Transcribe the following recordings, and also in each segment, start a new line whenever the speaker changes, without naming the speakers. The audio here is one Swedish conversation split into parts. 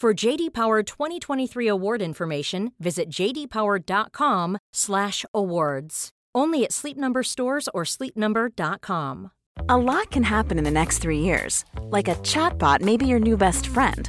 For JD Power 2023 award information, visit jdpower.com/awards. Only at Sleep Number stores or sleepnumber.com.
A lot can happen in the next three years. Like a chatbot may be your new best friend.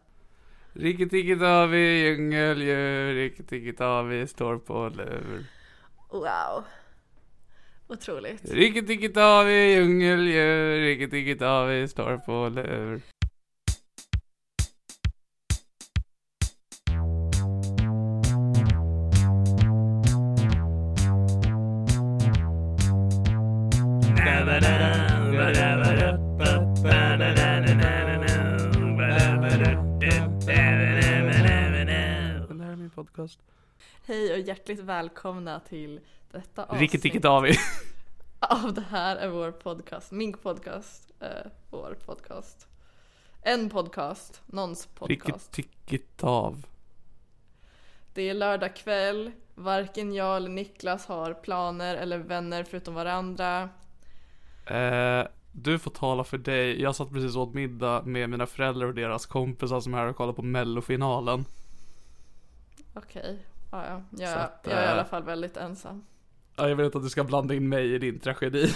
Rikki-tikki-tavi, djungeldjur, rikki-tikki-tavi står på lur.
Wow. Otroligt.
Rikki-tikki-tavi, djungeldjur, rikki-tikki-tavi står på lur. Och det här är min podcast.
Hej och hjärtligt välkomna till detta avsnitt
Rikki-tikki-tavi.
av det här är vår podcast. Min podcast. Eh, vår podcast. En podcast. Någons podcast.
Rikki-tikki-tav.
Det är lördag kväll. Varken jag eller Niklas har planer eller vänner förutom varandra.
Eh, du får tala för dig. Jag satt precis och åt middag med mina föräldrar och deras kompisar som är här och kollar på mellofinalen.
Okej. Ja, ja. Jag,
Så att,
jag är i
eh,
alla fall väldigt ensam.
Ja, jag vet inte att du ska blanda in mig i din tragedi.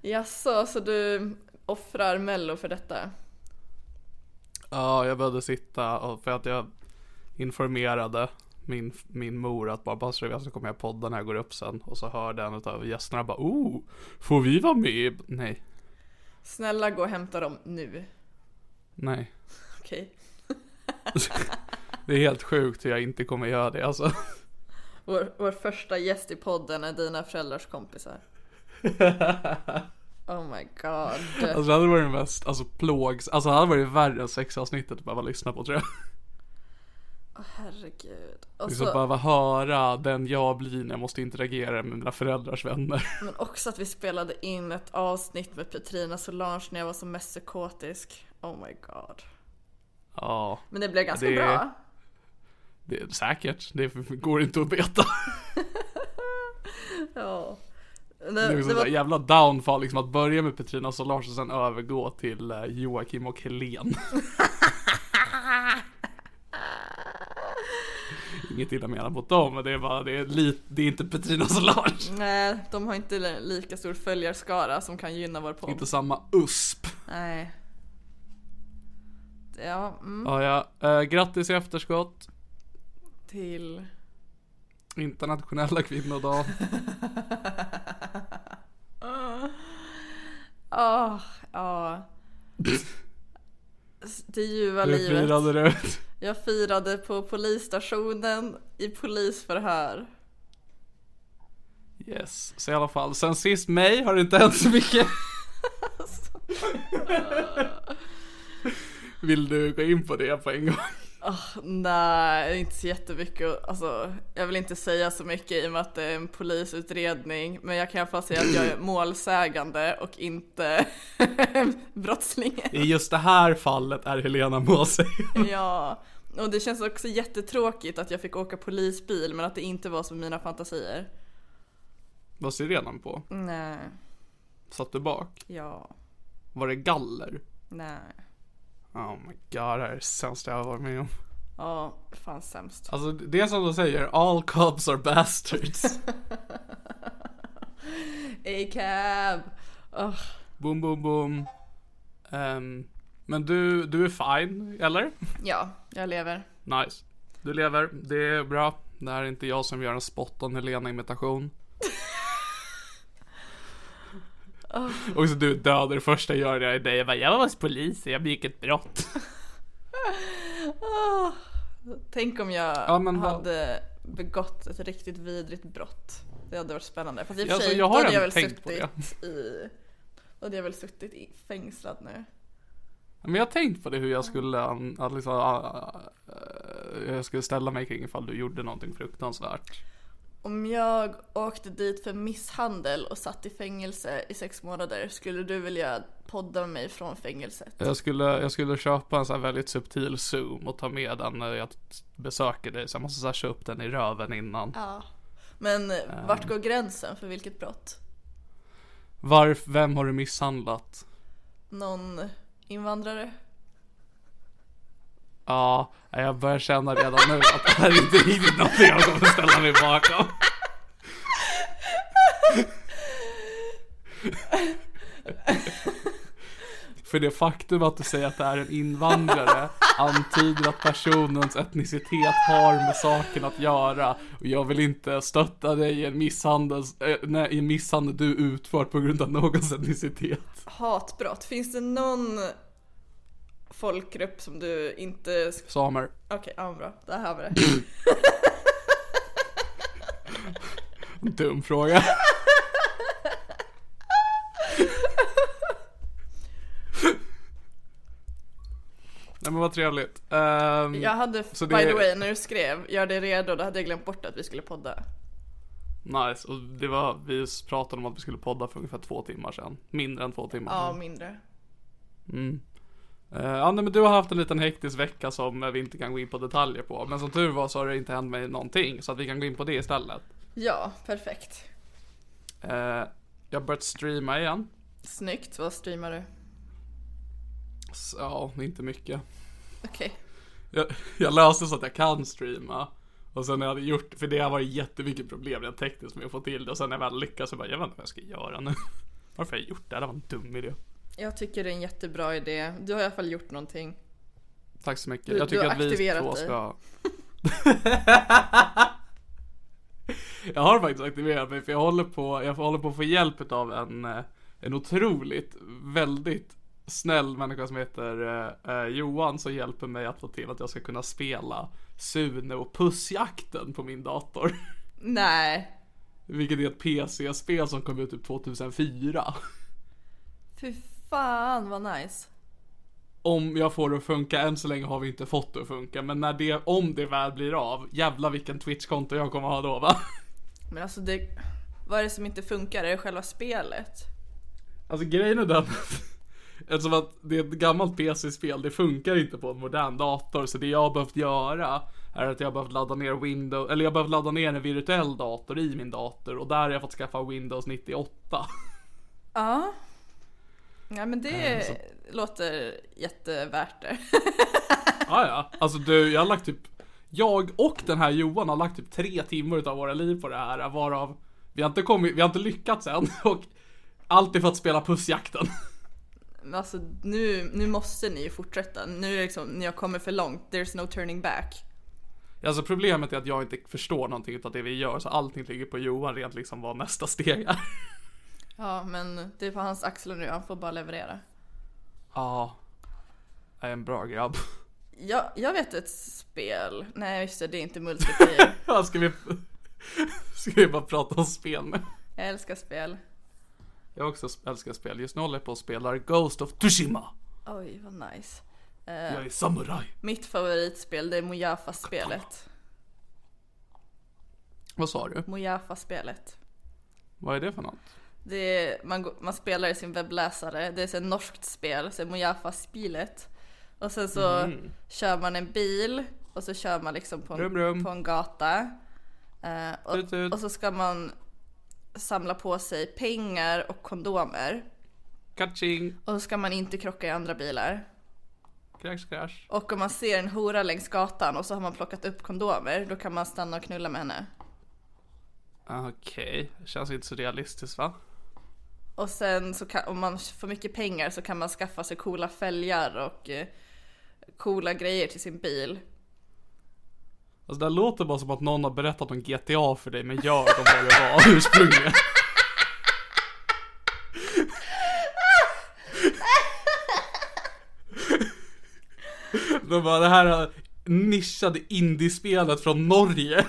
Jaså, så du offrar mello för detta?
Ja, jag behövde sitta och för att jag informerade min, min mor att bara passa dig så kommer jag podda när jag går upp sen. Och så hörde en av gästerna bara oh, får vi vara med? Nej,
Snälla gå och hämta dem nu.
nej.
Okej.
Det är helt sjukt hur jag inte kommer göra det alltså.
Vår, vår första gäst i podden är dina föräldrars kompisar. Oh my god.
Alltså det hade varit det mest, alltså plågs, alltså det hade varit värre än sexavsnittet att behöva lyssna på tror jag.
Åh, herregud. Och så,
Liksom att behöva höra den jag blir när jag måste interagera med mina föräldrars vänner.
men också att vi spelade in ett avsnitt med Petrina Solange när jag var som mest psykotisk. Oh my god.
Ja,
Men det blev ganska
Det-
bra.
det är säkert. Det går inte att veta.
Ja. Det,
Det är
Eh, det
liksom var...
var,
jävla downfall liksom att börja med Petrina Solange och sen övergå till eh, Joakim och Helen. Inget illa menat mot dem, men det är bara, det är, li, det är inte Petrina Solange.
nej, de har inte li- lika stor följarskara som kan gynna vår podd.
Inte samma USP.
Nej. Ja, mm,
Ja, ja. Eh, grattis i efterskott.
till...
Internationella kvinnodag.
Åh, Ah. ja. S- Det ljuva
Hur
livet.
firade du?
Jag firade på polisstationen i polisförhör.
Yes, så i alla fall. Sen sist mig har det inte hänt så mycket. Vill du gå in på det på en gång?
Nej, inte så jättemycket. Alltså, jag vill inte säga så mycket i och med att det är en polisutredning. Men jag kan i alla fall säga att jag är målsägande och inte brottsling.
I just det här fallet är Helena Måsö.
Ja, Och det känns också jättetråkigt att jag fick åka polisbil men att det inte var som mina fantasier.
Vad sirenen på?
Nej,
Satt du bak?
ja,
Var det galler?
nej.
Oh my god, det här är det sämsta jag har varit med om.
Ja, fan sämst.
Alltså det är som de säger, all cops are bastards.
A-cab! Ugh.
boom, boom, boom. Ehm, men du, du är fine, eller?
Ja, jag lever.
Nice. Du lever, det är bra. Det här är inte jag som gör en spot on Helena-imitation. Och så du är död, det första jag gör när jag är dig, jag bara, jag var hos polisen, jag begick ett brott.
Ah, Tänk om jag
Ja, men vad-
hade begått ett riktigt vidrigt brott. Det hade varit spännande. Fast i och
Ja,
för
alltså,
sig,
jag
då
har
hade jag
ändå
väl
tänkt på
suttit i... Då hade jag väl suttit i fängslad nu.
Men jag har tänkt på det hur jag skulle, an- att liksom, ah, eh, jag skulle ställa mig kring ifall du gjorde någonting fruktansvärt.
Om jag åkte dit för misshandel och satt i fängelse i sex månader, skulle du vilja podda mig från fängelset?
Jag skulle, jag skulle köpa en så här väldigt subtil zoom och ta med den när jag t- besöker dig, så jag måste så här, köpa upp den i röven innan.
Ja. Men eh, vart går gränsen för vilket brott?
Varf, vem har du misshandlat?
Någon invandrare?
Ja, jag börjar känna redan nu att det här är inte riktigt någonting jag kommer ställa mig bakom. För det faktum att du säger att det är en invandrare antyder att personens etnicitet har med saken att göra. Och jag vill inte stötta dig i en misshandel, eh, nej, i en misshandel du utfört på grund av någons etnicitet.
Hatbrott? Finns det någon folkgrupp som du inte... sk-
Samer.
Okej, ja, bra. Där har vi det.
Dum fråga. Nej men vad trevligt. Ehm,
Jag hade,
Så
by
det-
the way, när du skrev gör det redo, då hade jag glömt bort att vi skulle podda.
Nice, och det var, vi pratade om att vi skulle podda för ungefär två timmar sedan. Mindre än två timmar
Ja,
sedan.
mindre.
Mm. Eh, ja, nej, men du har haft en liten hektisk vecka som eh, vi inte kan gå in på detaljer på. Men som tur var så har det inte hänt mig någonting så att vi kan gå in på det istället.
Ja, perfekt.
Eh, jag har börjat streama igen.
Snyggt, vad streamar du?
Så, ja, inte mycket.
Okej.
jag, jag löste så att jag kan streama. Och sen när jag hade gjort, för det har varit jättemycket problem rent tekniskt med att få till det. Och sen när jag väl lyckats så bara, jag vet inte vad jag ska göra nu. Varför har jag gjort det? här? Det var en dum idé.
Jag tycker det är en jättebra idé. Du har i alla fall gjort någonting.
Tack så mycket.
Du-
jag
du
tycker
har
att vi
aktiverat
två
dig.
ska... jag har faktiskt aktiverat mig för jag håller på, jag håller på att få hjälp av en, eh, en otroligt, väldigt snäll människa som heter eh, eh, Johan som hjälper mig att få till att jag ska kunna spela Sune och Pussjakten på min dator.
Nej,
Vilket är ett PC-spel som kom ut typ 2004.
fy fan vad nice.
Om jag får det att funka, än så länge har vi inte fått det att funka, men när det, om det väl blir av, jävla vilken Twitch-konto jag kommer ha då va?
Men alltså det... Vad är det som inte funkar? Är det själva spelet?
Alltså grejen är den att- Eftersom att det är ett gammalt PC-spel, det funkar inte på en modern dator. Så det jag har behövt göra är att jag har behövt ladda ner Windows, eller jag har behövt ladda ner en virtuell dator i min dator. Och där har jag fått skaffa Windows 98.
Ja. Ja men det låter jättevärt det.
Ah, ja. Alltså du, jag har lagt typ, jag och den här Johan har lagt typ tre timmar av våra liv på det här. Varav vi har inte kommit, vi har inte lyckats än. Och allt är för att spela pussjakten.
Men alltså nu, nu måste ni ju fortsätta. Nu är det liksom, ni har kommit för långt. There's no turning back.
Alltså problemet är att jag inte förstår någonting utav det vi gör. Så allting ligger på Johan rent liksom vad nästa steg är.
Ja men det är på hans axlar nu, han får bara leverera.
Ja. Jag är en bra grabb.
Jag, jag vet ett spel. Nej just det, det är inte multiplayer.
Ja, Ska vi... Ska vi bara prata om spel nu?
jag älskar spel.
Jag också älskar spel. Just nu håller jag på och spelar Ghost of Tsushima.
Oj vad nice.
Jag är samurai.
Mitt favoritspel det är Mojafa-spelet.
Vad sa du?
Mojafa-spelet.
Vad är det för något?
Det är, man, går- man spelar i sin webbläsare, det är så ett norskt spel, så Mojafa-spelet. Och sen så kör man en bil och så kör man liksom på en,
Mhm. Rum, rum.
På en gata. Eh, och,
Tut, tut.
och så ska man samla på sig pengar och kondomer.
Catching,
Och så ska man inte krocka i andra bilar.
crash crash.
Och om man ser en hora längs gatan och så har man plockat upp kondomer, då kan man stanna och knulla med henne.
Okej, känns inte så realistiskt va?
Och sen så kan, om man får mycket pengar så kan man skaffa sig coola fälgar och eh, coola grejer till sin bil.
Alltså det här låter bara som att någon har berättat om GTA för dig men jag kommer vad det var ursprungligen. De bara det här nischade indiespelet från Norge.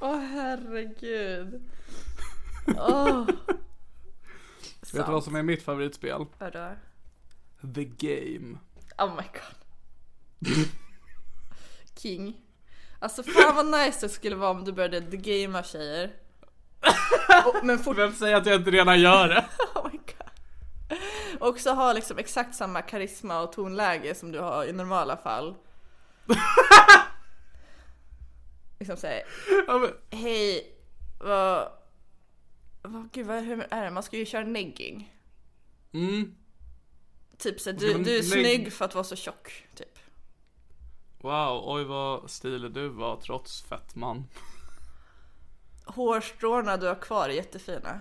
Åh herregud. Åh.
Vet du vad som är mitt favoritspel?
Vadå?
The Game.
Oh my god. King. Alltså fan vad nice det skulle vara om du började gamea tjejer.
Oh,
Och, men fort...
Vem säger att jag inte redan gör det?
Oh my god. Och så ha liksom exakt samma karisma och tonläge som du har i normala fall. liksom säga
Ja, men-
hej, vad... vad gud, vad, hur är det? Man ska ju köra negging.
Mm.
Typ såhär,
Ska
du,
man
du är
negg-
snygg för att vara så tjock, typ.
Wow, oj vad stilig du var trots fettman.
Hårstråna du har kvar är jättefina.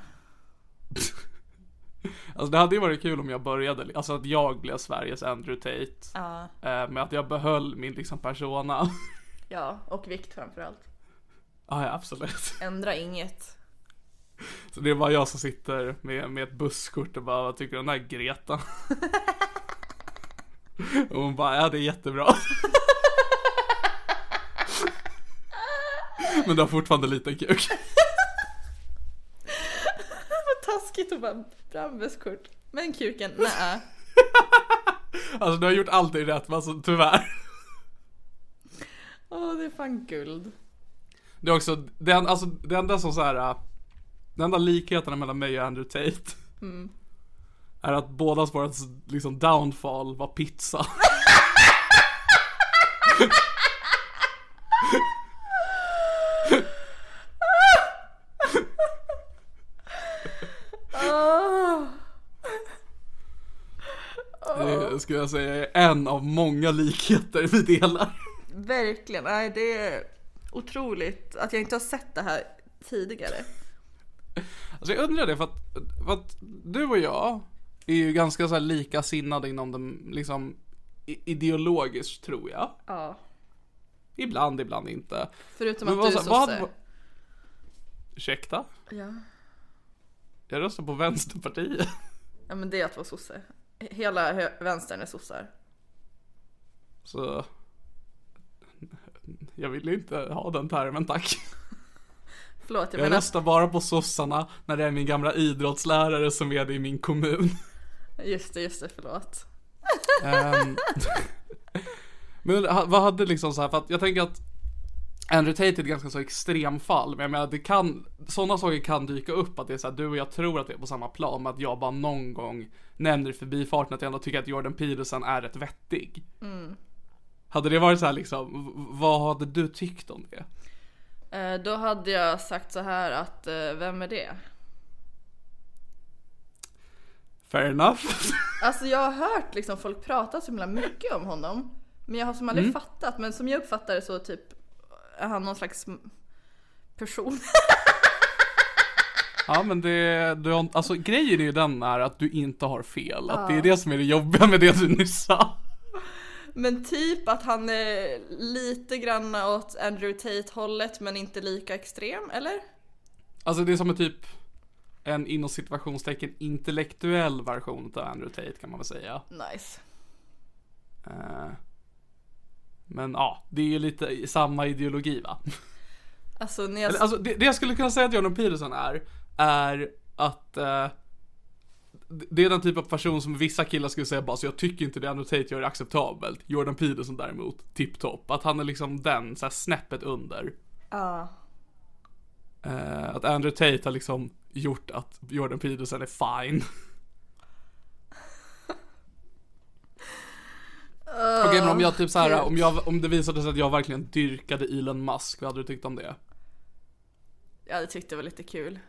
Alltså det hade ju varit kul om jag började, alltså att jag blev Sveriges Andrew Tate.
Ja.
Eh, men att jag behöll min liksom persona. ah,
Ja, och vikt framförallt.
ja, absolut.
Ändra inget.
Så det är bara jag som sitter med, med ett busskort och bara, vad tycker du om den här Greta? och hon bara, ja det är jättebra. men du har fortfarande liten kuk.
Vad taskigt att bara fram busskort. Men kuken, nä.
Alltså du har gjort allting rätt, men alltså tyvärr.
Åh, det är fan guld.
Det är också, det, en- alltså, det enda som så här. äh, Den enda likheterna mellan mig och Andrew Tate.
Mm.
Är att bådas våra liksom downfall var pizza.
Åh.
Det skulle jag säga är en av många likheter vi delar.
Verkligen, nej det är otroligt att jag inte har sett det här tidigare.
Alltså jag undrar det för att, för att du och jag är ju ganska så här likasinnade inom den liksom i- ideologiskt tror jag.
Ja. Ibland.
Ibland, ibland inte.
Förutom
Men
att
vad,
du är
så- vad,
sosse.
vad, ursäkta?
Ja.
Jag röstar på Vänsterpartiet.
ja, men det är att vara sosse. Hela hö- vänstern är sossar.
Så jag vill inte ha den termen tack.
Förlåt, jag
Jag
menar...
röstar bara på sossarna när det är min gamla idrottslärare som är det i min kommun.
Just det, just det, förlåt.
Ehm, men ha- vad hade liksom så här, för att jag tänker att Andrew Tate är ett ganska så extremfall, men jag menar det kan, sådana saker kan dyka upp att det är så här, du och jag tror att vi är på samma plan, men att jag bara någon gång nämner i förbifarten att jag ändå tycker att Jordan Peterson är rätt vettig.
Mm.
Hade det varit så här liksom, v- vad hade du tyckt om det?
Eh, Då hade jag sagt så här att, eh, vem är det?
Fair enough.
Alltså jag har hört liksom folk prata så himla mycket om honom. Men jag har som
Mm.
aldrig fattat. Men som jag uppfattar det så typ är han någon slags m- person.
Ja men det, du, har- alltså grejen är ju den här att du inte har fel. Att det är det som är det jobbiga med det du nyss sa.
men typ att han är lite grann åt Andrew Tate hållet men inte lika extrem, eller?
Alltså det är som en typ en inom situationstecken intellektuell version av Andrew Tate kan man väl säga.
Nice.
Eh, Men ja, det är ju lite i samma ideologi va?
Alltså när jag...
Eller, Alltså det, det jag skulle kunna säga att Jordan Peterson är, är att eh, det- det är den typ av person som vissa killar skulle säga bara så jag tycker inte det Andrew Tate gör är acceptabelt. Jordan Peterson däremot, tipptopp. Att han är liksom den, så här snäppet under.
Ja.
Eh, att Andrew Tate har liksom gjort att Jordan Peterson är fine. Okej men om jag typ så här, om, jag, om det visade sig att jag verkligen dyrkade Elon Musk, vad hade du tyckt om det?
Ja, det tyckte jag var lite kul.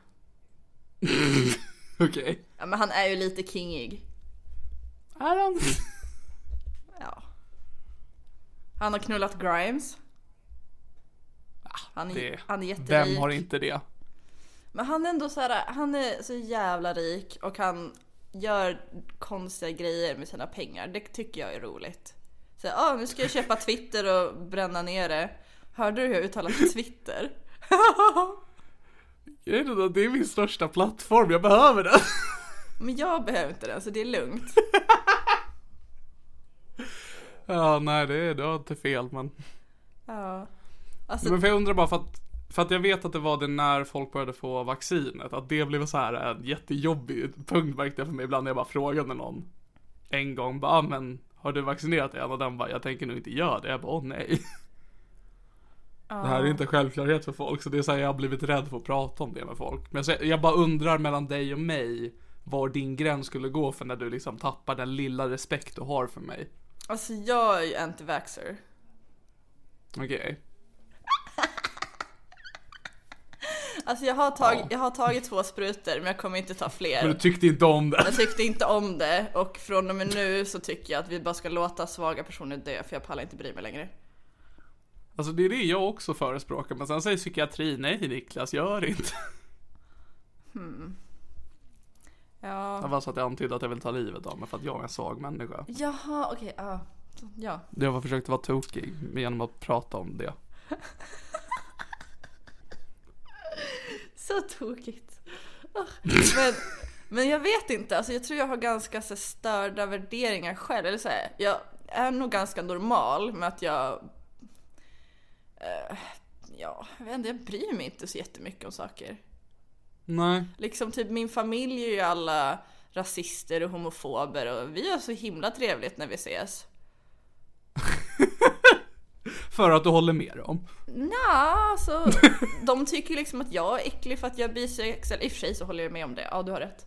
Okej.
Ja, men han är ju lite kingig.
Är han?
Ja. Han har knullat Grimes. Ah, Han är,
Det-
han är jätterik.
Vem har inte det?
Men han är ändå så här, han är så jävla rik och han gör konstiga grejer med sina pengar. Det tycker jag är roligt. Så ja, nu ska jag köpa Twitter och bränna ner det. Hörde du hur jag uttalade Twitter?
Jag vet inte, det är min största plattform, jag behöver den.
Men jag behöver inte den så det är lugnt.
Ja, nej det är, du har inte fel men.
Ja. Alltså,
Men för jag undrar bara för att, för att jag vet att det var det när folk började få vaccinet, att det blev så här en jättejobbig punkt märkte jag för mig ibland när jag bara frågade någon en gång bara, "Ah, men har du vaccinerat dig? Och den bara, jag tänker nog inte göra det. Jag bara, åh nej. Det här är inte en självklarhet för folk, så det är så här, jag har blivit rädd för att prata om det med folk. Men så, jag bara undrar mellan dig och mig, var din gräns skulle gå för när du liksom tappar den lilla respekt du har för mig.
alltså jag är ju anti-vaxxer.
Okej.
Alltså jag har, tag- jag har tagit två sprutor men jag kommer inte ta
Men du
fler.
tyckte inte om det.
Jag tyckte inte om det och från och med nu så tycker jag att vi bara ska låta svaga personer dö för jag pallar inte bry mig längre.
Alltså det är det jag också förespråkar, men sen säger psykiatri nej Niklas, gör inte.
Ja.
Det var så att jag antydde att jag vill ta livet av mig för att jag är en svag människa.
Jaha, okej. ja. ja.
Jag har försökt vara tokig genom att prata om det.
Så tokigt. Ah, Men, men jag vet inte. Alltså, jag tror jag har ganska så, här störda värderingar själv. Eller, så här, jag är nog ganska normal med att jag... eh, ja, jag, vet inte, jag bryr mig inte så jättemycket om saker.
Nej.
Liksom typ min familj är ju alla rasister och homofober och vi har så himla trevligt när vi ses.
För att du håller med om.
Nja, alltså de tycker ju liksom att jag är äcklig för att jag är bisexuell. I och för sig så håller jag med om det, ja du har rätt.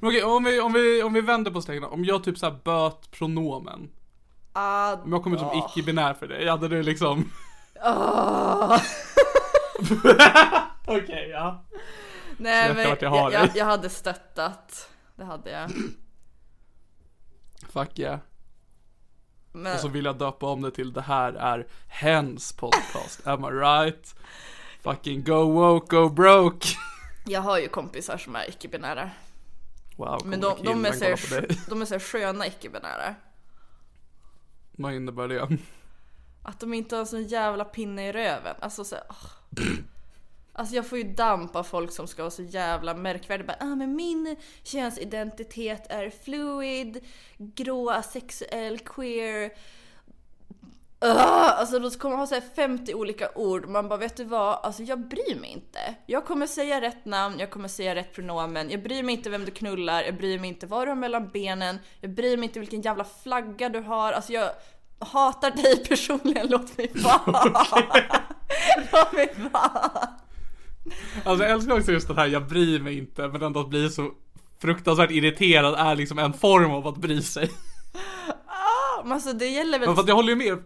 Men okej, om vi, om, vi, om vi vänder på stegen då. Om jag typ såhär böt pronomen.
Ah,
Om jag kommer ut som icke-binär för dig, hade du liksom...
ah.
Okej, ja.
Nej,
Det är
men
klart
jag,
jag har
jag,
det.
jag, hade stöttat. Det hade jag.
Fuck yeah.
Men,
Och så vill jag döpa om det till det här är hens podcast, am I right? Fucking go woke, go broke.
Jag har ju kompisar som är icke-binära.
Wow,
Men
kommer
de, de, är
killen
så här,
kolla på dig?
de är så här sköna icke-binära.
Vad innebär det?
Att de inte har en sån jävla pinne i röven. Alltså så här, åh. Alltså jag får ju damp av folk som ska vara så jävla märkvärdiga. Bara, ah, men min könsidentitet är fluid, grå, asexuell, queer. Uh, alltså då kommer man ha så här 50 olika ord. Man bara, vet du vad? Alltså jag bryr mig inte. Jag kommer säga rätt namn, jag kommer säga rätt pronomen. Jag bryr mig inte vem du knullar, jag bryr mig inte vad du har mellan benen. Jag bryr mig inte vilken jävla flagga du har. Alltså jag hatar dig personligen, låt mig vara. låt mig vara.
Alltså jag älskar också just det här, jag bryr mig inte, men ändå att bli så fruktansvärt irriterad är liksom en form av att bry sig.
Men Alltså det gäller väl
Men för att jag håller ju med.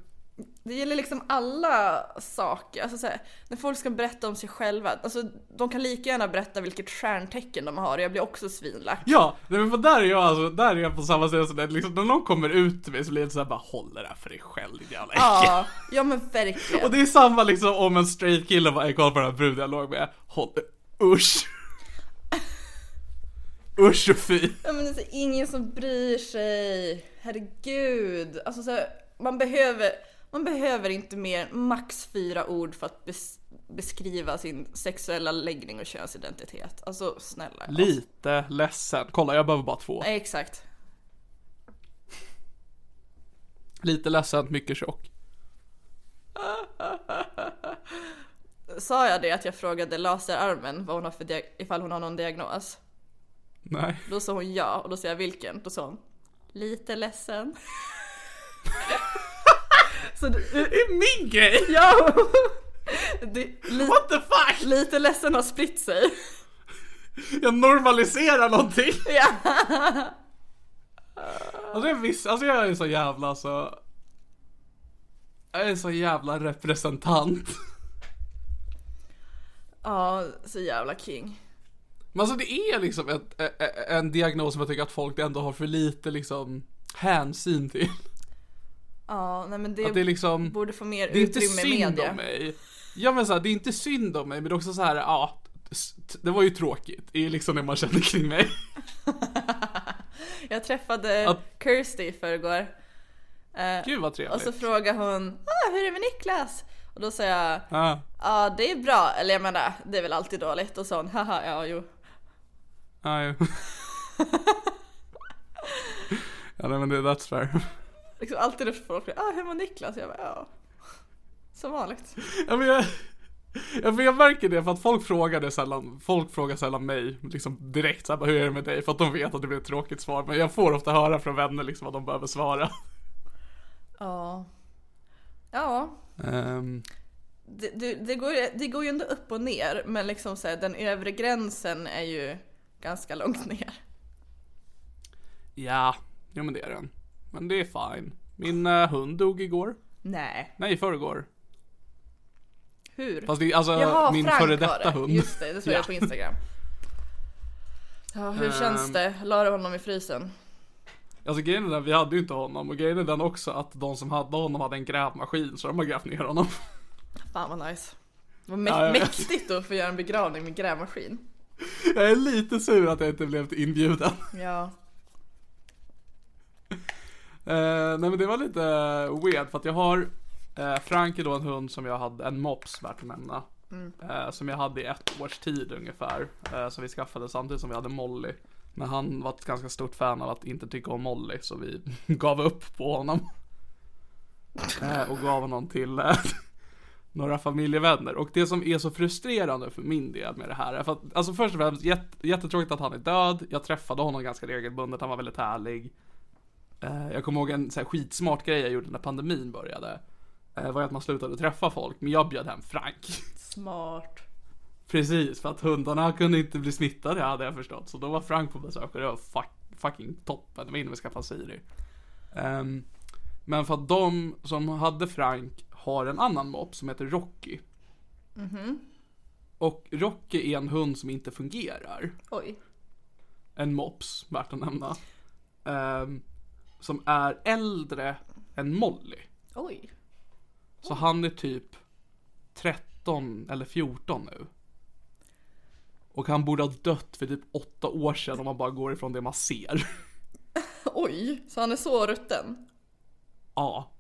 Det gäller liksom alla saker. Alltså så här, när folk ska berätta om sig själva, alltså, de kan lika gärna berätta vilket stjärntecken de har och jag blir också svinlack.
Ja, nej, men för där är jag alltså, där är jag på samma sätt som det. Liksom, när någon kommer ut till mig så blir det såhär bara håll det där för dig själv din jävla äckel.
Ja, ja men verkligen.
Och det är samma liksom om en straight kille bara, "Ey, kolla på den här bruden jag låg med. Håll det, usch. Usch och fy.
ja, men alltså, ingen som bryr sig. Herregud. Alltså, så här, man, behöver, man behöver inte mer än max fyra ord för att bes- beskriva sin sexuella läggning och könsidentitet. Alltså snälla.
Lite ledsen. Kolla, jag behöver bara två.
Nej, exakt.
Lite ledsen, mycket tjock.
Sa jag det att jag frågade laserarmen vad hon har för diag- ifall hon har någon diagnos?
Nej.
Då sa hon ja och då sa jag vilken? Då sa hon lite ledsen. Så det,
Det är min grej!
ja! Det, li,
What the fuck!
lite ledsen har spritt sig.
Jag normaliserar någonting.
Ja.
Alltså jag visst, alltså jag är så jävla så... Jag är så jävla representant.
Ja, så jävla king.
Men alltså det är liksom ett, ä- ä- en diagnos som jag tycker att folk ändå har för lite liksom hänsyn till.
Ja, nej men det,
Att det är liksom...
borde få mer
Det är inte
utrymme i
synd
media.
om mig. Ja men så här, det är inte synd om mig men det är också så här, ja. t- Det var ju tråkigt. Det är liksom det man känner kring mig.
Jag träffade
Att-
Kirsty i förrgår. Eh,
Gud vad
och
trevligt.
så frågade hon ah, hur är det med Niklas? Och då sa jag ja
Ja,
ah, det är bra, eller jag menar det är väl alltid dåligt och så hon haha ja jo.
ja, jo. Ja nej, men det, that's fair.
Liksom alltid när folk frågar ah, hur mår Niklas? Jag bara ja. Som vanligt.
Ja, men jag, ja, men jag märker det för att folk frågar det sällan, folk frågar sällan mig liksom direkt så här, bara, hur är det med dig? För att de vet att det blir ett tråkigt svar. Men jag får ofta höra från vänner liksom att de behöver svara.
Ja. Ja.
Ehm,
Det, det, det, går, ju- det går ju ändå upp och ner men liksom så här, den övre gränsen är ju ganska långt ner.
ja, jo men det är den. Men det är fine. Min eh, hund dog igår.
Nej.
Nej, i förrgår.
Hur?
Fast det, alltså
Jaha,
min
Frank
före
var
detta
det.
hund.
Just det, det såg
ja.
jag på Instagram. Ja, hur
Ehm.
känns det? La du honom i frysen?
Alltså grejen är den, vi hade ju inte honom. Och grejen är den också att de som hade honom hade en grävmaskin. Så de har grävt ner honom.
Fan vad nice. Vad mä-
Ja, jag vet.
mäktigt då att få göra en begravning med grävmaskin.
Jag är lite sur att jag inte blev inbjuden.
Ja.
Eh, nej men det var lite weird för att jag har eh, Frank är då en hund som jag hade, en mops värt att nämna. Eh, som jag hade i ett års tid ungefär. Eh, som vi skaffade samtidigt som vi hade Molly. Men han var ett ganska stort fan av att inte tycka om Molly så vi gav upp på honom. Eh, och gav honom till eh, några familjevänner. Och det som är så frustrerande för min del med det här är för att, alltså först och främst jätt, jättetråkigt att han är död. Jag träffade honom ganska regelbundet, han var väldigt härlig. Eh, Jag kommer ihåg en så här skitsmart grej jag gjorde när pandemin började. Eh, var ju att man slutade träffa folk, men jag bjöd hem Frank.
Smart.
Precis, för att hundarna kunde inte bli smittade hade jag förstått. Så då var Frank på besök och det var fuck, fucking toppen. Det var innan vi skaffade Siri. Ehm, men för att de som hade Frank har en annan mopp som heter Rocky. Och Rocky är en hund som inte fungerar
Oj.
en mops, värt att nämna. ehm, som är äldre än Molly.
Oj.
Så han är typ 13 eller 14 nu. Och han borde ha dött för typ 8 år sedan om man bara går ifrån det man ser.
Oj, så han är så rutten?
ja.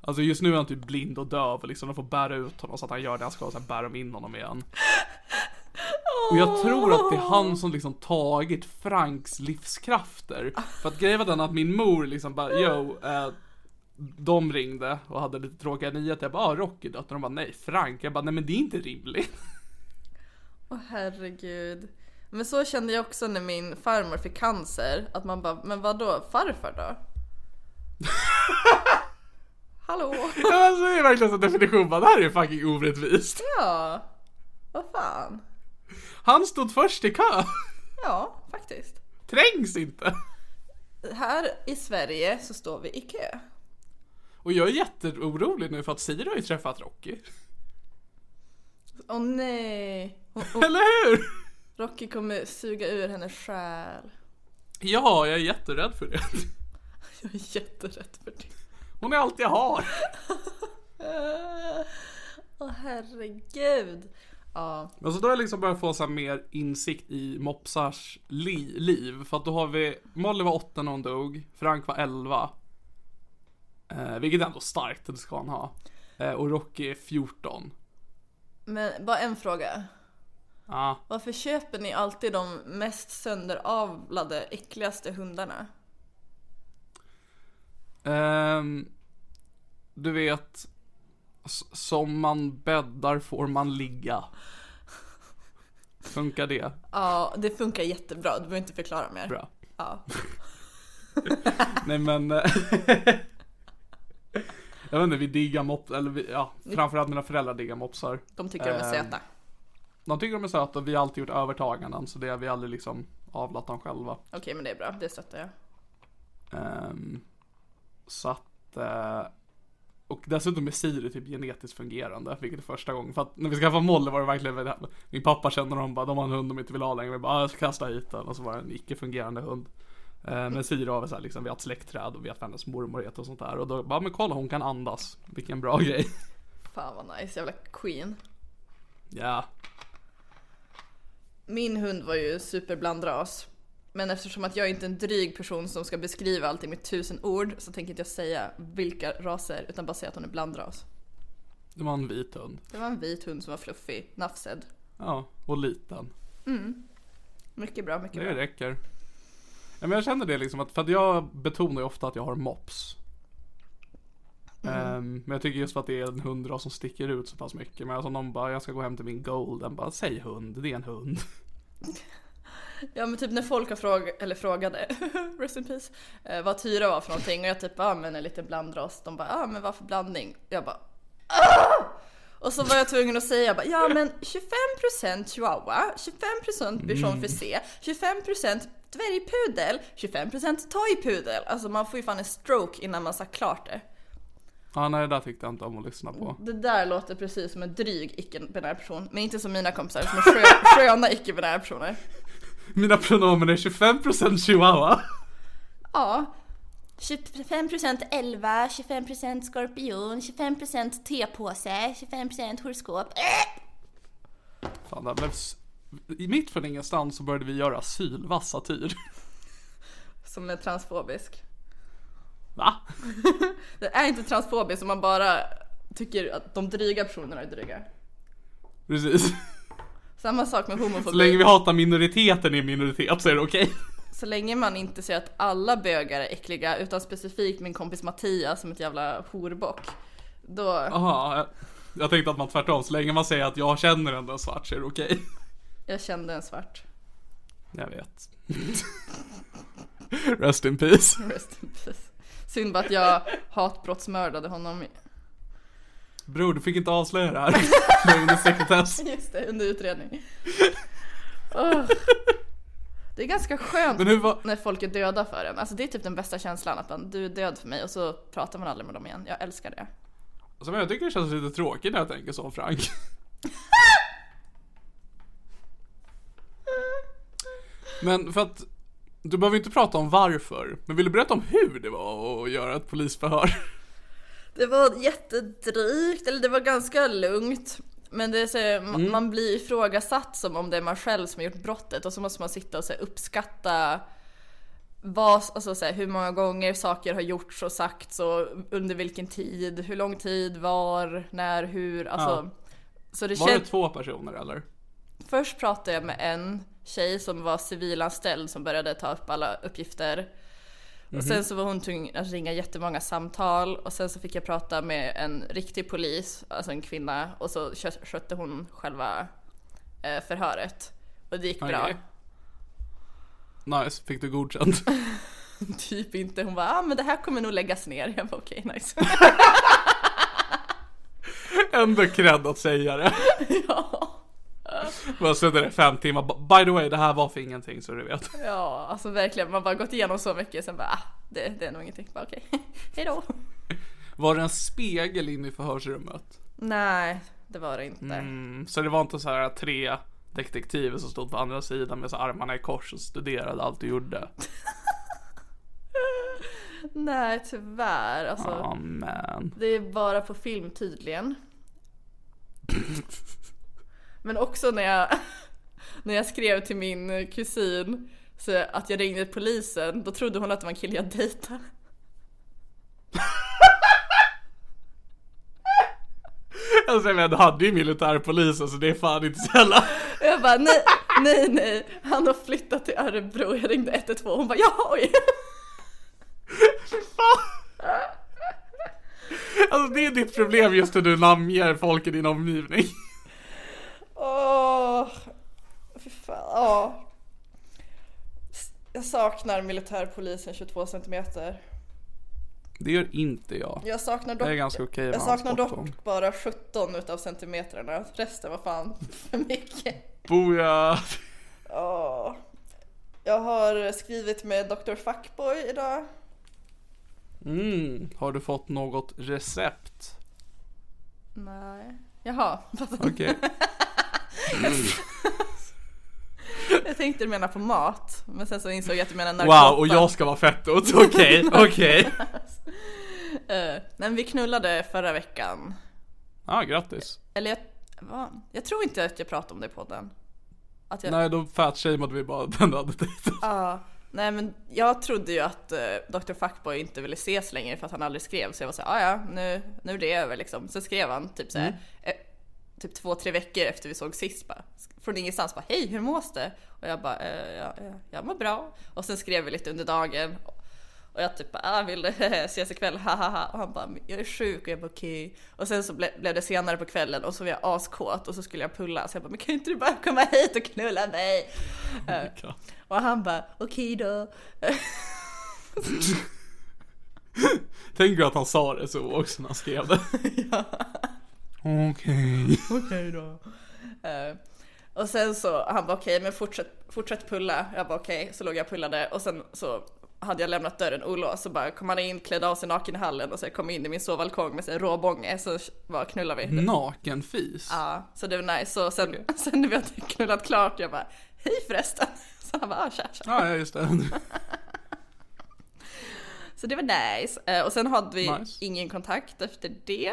Alltså just nu är han typ blind och döv och liksom de får bära ut honom så att han gör det han ska och sen bär de in honom igen. Och jag tror att det är han som liksom tagit Franks livskrafter. För att grejen var den att min mor liksom bara, yo, eh, de ringde och hade lite tråkiga nyheter. Jag bara, ah, Rocky dött. Och de bara, nej, Frank. Jag bara, nej men det är inte rimligt.
Åh herregud. Men så kände jag också när min farmor fick cancer. Att man bara, men vad då farfar då? Hallå?
Alltså det är verkligen så definition, bara, det här är fucking orättvist.
Ja. Vad fan.
Han stod först i kö.
Ja, faktiskt.
Trängs inte.
Här i Sverige så står vi i kö.
Och jag är jätteorolig nu för att Siri har ju träffat Rocky.
Åh nej. Hon, hon,
Eller hur?
Rocky kommer suga ur hennes själ.
Ja, jag är jätterädd för det.
Jag är jätterädd för det.
Hon är allt jag har.
Eh, Åh herregud. Ja,
Men så då har jag liksom börjat få så här mer insikt i mopsars li- liv. För att då har vi, Molly var åtta när hon dog, Frank var elva. Eh, vilket är ändå starkt, det ska han ha. Eh, och Rocky är 14.
men bara en fråga.
Ah.
Varför köper ni alltid de mest sönderavlade, äckligaste hundarna?
Ehm, du vet, s- som man bäddar får man ligga. Funkar det?
Ja, det funkar jättebra. Du behöver inte förklara mer.
Bra.
Ja.
Nej men... eh, jag vet inte, vi diggar mops, eller vi, ja, framförallt mina föräldrar diggar mopsar.
De tycker de är
Ehm.
söta.
De tycker de är söta och vi har alltid gjort övertaganden så det har vi aldrig liksom avlat dem själva.
Okej, men det är bra. Det stöttar jag.
Ehm, så att... eh, och dessutom är Siri typ genetiskt fungerande, vilket är första gången. För att när vi skaffade Molly var det verkligen väldigt, Min pappa kände dem bara, de har en hund de inte vill ha längre. Vi bara, ah, jag ska kasta hit den. Och så var det en icke-fungerande hund. Eh, Men Siri har väl så här, liksom, vi har ett släktträd och vet vad hennes mormor heter och sånt där. Och då bara, men kolla hon kan andas. Vilken bra grej.
Fan vad nice, jävla queen.
Ja,
Min hund var ju superblandras. Men eftersom att jag är inte är en dryg person som ska beskriva allting med tusen ord så tänker inte jag säga vilka raser utan bara säga att hon är blandras.
det var en vit hund.
Det var en vit hund som var fluffig, nafsad.
Ja, och liten.
Mycket bra, mycket
Det
bra.
räcker. Ja, men jag känner det liksom att, för att jag betonar ju ofta att jag har mops. Ehm, men jag tycker just för att det är en hundras som sticker ut så pass mycket. Men alltså någon bara, jag ska gå hem till min golden, bara säg hund, det är en hund.
Ja men typ när folk har fråg eller frågade, rest in peace, eh, vad Tyra var för någonting och jag typ ja ah, men en liten blandras. De bara ja ah, men varför blandning? Jag bara ah! Och så var jag tvungen att säga bara, ja men 25% chihuahua, 25% bichon frisé, 25% dvärgpudel, 25% toypudel. Alltså man får ju fan en stroke innan man sagt klart det.
Ja, nej det där tyckte jag inte om att lyssna på.
Det där låter precis som en dryg icke-binär person, men inte som mina kompisar som är skö- sköna icke-binära personer.
Mina pronomen är 25% chihuahua.
Ja. 25% elva, 25% skorpion, 25% tepåse, 25% horoskop. Äh!
Fan, det här blev... s- I mitt från ingenstans så började vi göra sylvass satir.
Som är transfobisk.
Va?
Det är inte transfobisk om man bara tycker att de dryga personerna är dryga.
Precis.
Samma sak med
Så
homofobi.
länge vi hatar minoriteten i minoritet så är det okej.
Så länge man inte säger att alla bögar är äckliga utan specifikt min kompis Mattias som ett jävla horbock. Då...
Jaha, jag- jag tänkte att man tvärtom, så länge man säger att jag känner ändå en svart så är det okej.
Jag kände en svart.
Jag vet. Rest in peace.
Rest in peace. Synd bara att jag hatbrottsmördade honom.
Bror, du fick inte avslöja det här. Det är under sekretess.
Just det, under utredning. Åh. Det är ganska skönt
Men hur var...
när folk är döda för en. Alltså det är typ den bästa känslan att man, du är död för mig och så pratar man aldrig med dem igen. Jag älskar det.
Alltså, men jag tycker det känns lite tråkigt när jag tänker så, Frank. Men för att... Du behöver inte prata om varför, men vill du berätta om hur det var att göra ett polisförhör?
Det var jättedrygt, eller det var ganska lugnt. Men det är så, ma-
Mm.
man blir ifrågasatt som om det är man själv som har gjort brottet och så måste man sitta och så här, uppskatta vad, alltså, så här, hur många gånger saker har gjorts och sagts och under vilken tid, hur lång tid, var, när, hur. Alltså,
Ja.
så det
Var det
kän-
två personer eller?
Först pratade jag med en tjej som var civilanställd som började ta upp alla uppgifter. Och sen så var hon tvungen att ringa jättemånga samtal och sen så fick jag prata med en riktig polis, alltså en kvinna och så kö- skötte hon själva eh, förhöret. Och det gick bra.
Okej. Nice, fick du godkänt?
Typ inte, hon bara ah, men det här kommer nog läggas ner. Jag bara okej nice.
Ändå cred att säga det.
ja.
Bara suttit där i fem timmar. By the way, det här var för ingenting så du vet.
ja, alltså verkligen man har bara gått igenom så mycket sen bara ah, det, det är nog ingenting. Bara okej, hejdå.
Var det en spegel inne i förhörsrummet?
Nej, det var det inte.
Mm, så det var inte så här tre detektiver som stod på andra sidan med så armarna i kors och studerade allt du gjorde?
Nej, tyvärr. Alltså,
Amen.
Det är bara på film tydligen. Men också när jag, när jag skrev till min kusin så att jag ringde polisen, då trodde hon att det var en kille jag dejtade.
Alltså jag menar, du hade ju militärpolisen så det är fan inte sällan.
Och jag bara nej, nej, nej, han har flyttat till Örebro. Jag ringde 112 hon bara ja, oj.
Alltså det är ditt problem just när du namnger folk i din omgivning.
Åh, fy fan. Ja. S- Jag saknar militärpolisen 22 centimeter.
Det gör inte jag.
Jag saknar dock
Jag är ganska okej med
Jag
hans
saknar
bortgång.
dock bara 17 utav centimetrarna, resten var fan för mycket.
Boja!
Åh. Jag har skrivit med Dr. Fuckboy idag.
Mm. Har du fått något recept?
Nej. Jaha, fattar.
Okej.
jag tänkte du menar på mat. Men sen så insåg jag att du menar narkotika.
Wow, och jag ska vara fettot. Okej, okej.
Eh, men vi knullade förra veckan.
Ja, ah, grattis.
Eller jag, va? jag tror inte att jag pratade om det i podden. Att jag,
Nej, då fatshameade vi bara den du hade dejtat.
Ja. nej men jag trodde ju att eh, Dr. Fuckboy inte ville ses längre för att han aldrig skrev så jag var såhär, "Ah, ja nu, nu är det över liksom. Sen skrev han typ såhär, eh, typ två, tre veckor efter vi såg sist bara, från ingenstans bara hej hur mås det? Och jag bara, eh, ja, ja, jag mår bra. Och sen skrev vi lite under dagen och jag typ bara, ah, vill du ses ikväll? Hahaha. Och han bara, "Men jag är sjuk och jag bara okej. Och sen så ble, blev det senare på kvällen och så var jag askåt och så skulle jag pulla så jag bara, men kan inte du bara komma hit och knulla mig? Eh, och han bara, okej då.
Tänker du att han sa det så också när han skrev det? Okej.
okej då. Eh, och sen så, han bara okej men fortsätt, fortsätt pulla. Jag bara okej, så låg jag och pullade och sen så hade jag lämnat dörren olåst så bara kom han in, klädde av sig naken i hallen och så kom jag in i min sovbalkong med en råbånge Eh, så bara knullade vi.
Nakenfis?
Ja, så det var nice. Så sen, sen när vi hade knullat klart jag bara hej förresten. Så han bara ah, tja, tja.
Ja, ja, just det.
Så det var nice. Eh, Och sen hade vi
Nice.
ingen kontakt efter det.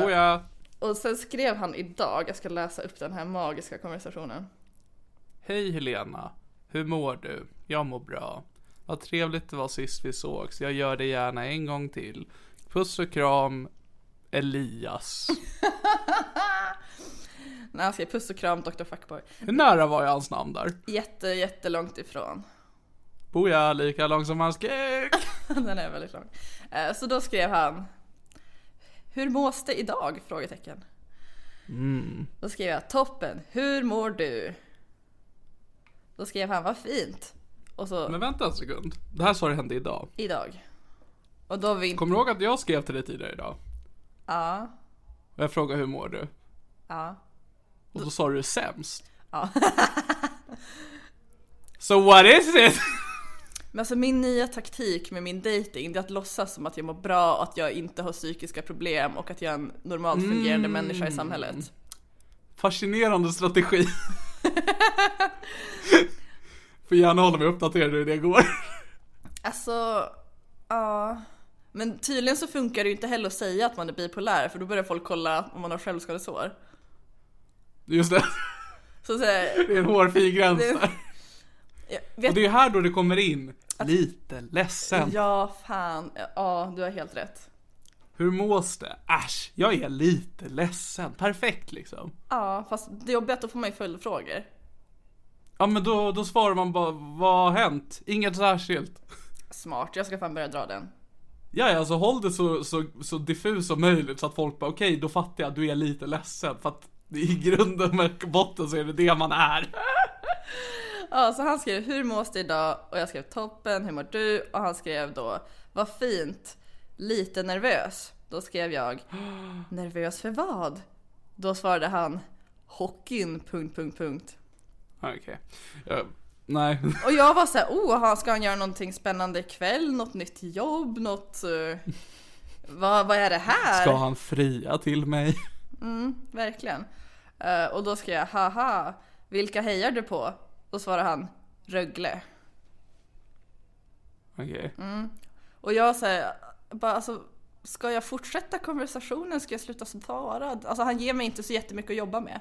Boja.
Och sen skrev han idag, jag ska läsa upp den här magiska konversationen.
Hej Helena. Hur mår du? Jag mår bra. Vad trevligt det var sist vi sågs. Jag gör det gärna en gång till. Puss och kram. Elias.
När han skrev puss och kram Dr. Fuckboy.
Hur nära var jag hans namn där?
Jätte, jättelångt ifrån.
Boja, lika lång som hans kuk.
Den är väldigt lång. Eh, Så då skrev han Hur mås det idag? Frågetecken. Då skrev jag toppen, hur mår du? Då skrev han vad fint. Och så
Men vänta en sekund. Det här sa du hände idag.
idag. Och då vi inte...
Kommer du ihåg att jag skrev till dig tidigare idag?
Ja,
Och jag frågade hur mår du?
ja.
Och då sa du sämst.
Ja.
So what is it?
Men alltså min nya taktik med min dating det är att låtsas som att jag mår bra och att jag inte har psykiska problem och att jag är en normalt
Mm.
fungerande människa i samhället.
Fascinerande strategi. Får gärna hålla mig uppdaterad hur det går.
Alltså, ja. Men tydligen så funkar det ju inte heller att säga att man är bipolär för då börjar folk kolla om man har självskadesår.
Just det,
Så säger
det är en hårfin gräns
Det-
där.
jag,
Och
vet,
det är här då det kommer in. Lite ledsen.
Ja, fan. Ja, du har helt rätt.
Hur mås det? Äsch, jag är lite ledsen. Perfekt liksom.
Ja, fast det är jobbigt att få mig följdfrågor.
Ja men då, då svarar man bara, vad har hänt? Inget särskilt.
Smart, jag ska fan börja dra den.
Ja, ja, alltså håll det så, så, så diffus som möjligt så att folk bara okej, då fattar jag att du är lite ledsen för att i grunden och botten så är det det man är.
Ja, så han skrev hur mås det idag? Och jag skrev toppen, hur mår du? Och han skrev då vad fint, lite nervös. Då skrev jag nervös för vad? Då svarade han hockeyn... Punkt, punkt, punkt.
Okej. Ja, nej.
Och jag var så här, oh, han- ska han göra någonting spännande ikväll? Något nytt jobb? Något... eh, vad, vad är det här?
Ska han fria till mig?
Verkligen. Eh, och då skrev jag haha, vilka hejar du på? Då svarade han Rögle.
Okej.
Mm. Och jag säger bara alltså, ska jag fortsätta konversationen? Ska jag sluta svara? Alltså han ger mig inte så jättemycket att jobba med.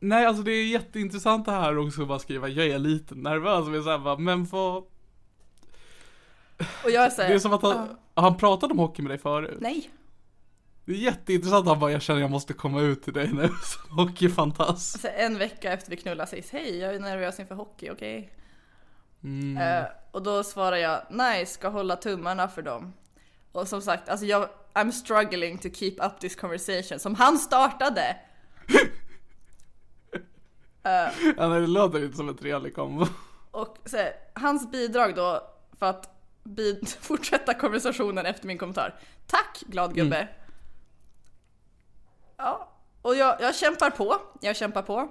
Nej, alltså det är jätteintressant det här också att bara skriva jag är lite nervös. Men, så här, bara, men vad...
Och jag
Det
säger
är som att han, han pratade om hockey med dig förut.
nej.
Det är jätteintressant. Han bara jag känner jag måste komma ut till dig nu. som Hockeyfantast.
Så en vecka efter vi knullade sist, hej jag är nervös inför hockey, okej?
Mm.
Eh, och då svarar jag, nej ska hålla tummarna för dem. Och som sagt, alltså jag, I'm struggling to keep up this conversation som han startade.
Ja, nej, det låter inte som en trevlig kombo.
Och så här, hans bidrag då för att bi- fortsätta konversationen efter min kommentar. Tack glad
Mm.
gubbe! Ja, och jag, jag kämpar på. Jag kämpar på.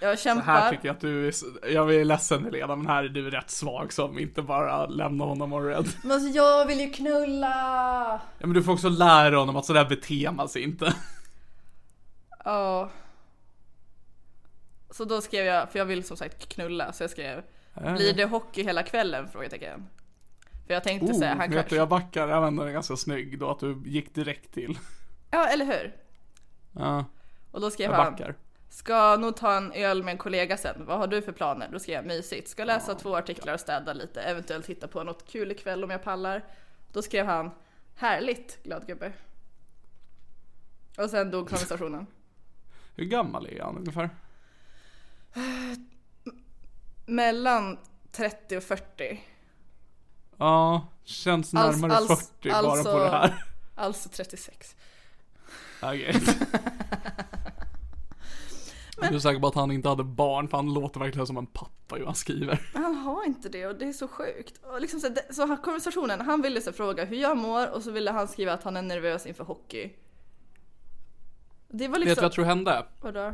Jag
Så här
kämpar.
tycker jag att du är, s- jag är ledsen Helena, men här är du rätt svag som inte bara lämnar honom och är rädd.
Men alltså jag vill ju knulla!
Ja men du får också lära honom att sådär beter man sig inte.
Ja. Så då skrev jag, för jag vill som sagt knulla, så jag skrev Blir det hockey hela kvällen? Frågetecken. För jag tänkte säga, han
vet
kanske...
du, Oh, jag backar, jag vänder den ganska snygg då, att du gick direkt till.
Ja, eller hur?
Ja,
Och då skrev
jag
han,
backar.
ska nog ta en öl med en kollega sen, vad har du för planer? Då skrev jag mysigt, ska läsa två artiklar och städa lite, eventuellt hitta på något kul ikväll om jag pallar. Då skrev han, härligt glad gubbe. Och sen dog konversationen.
Hur gammal är han ungefär?
Mellan 30 och 40,
Ja, känns
Alls-
närmare
alls-
40 bara
alltså-
på det här.
alltså 36.
Okej. Men... Du är säker på att han inte hade barn, för han låter verkligen som en pappa ju han skriver.
Han har inte det och det är så sjukt. Och liksom så, här, det- så han, konversationen, han ville så här fråga hur jag mår och så ville han skriva att han är nervös inför hockey. Det var
Vet du
liksom...
vad jag tror hände?
Vadå?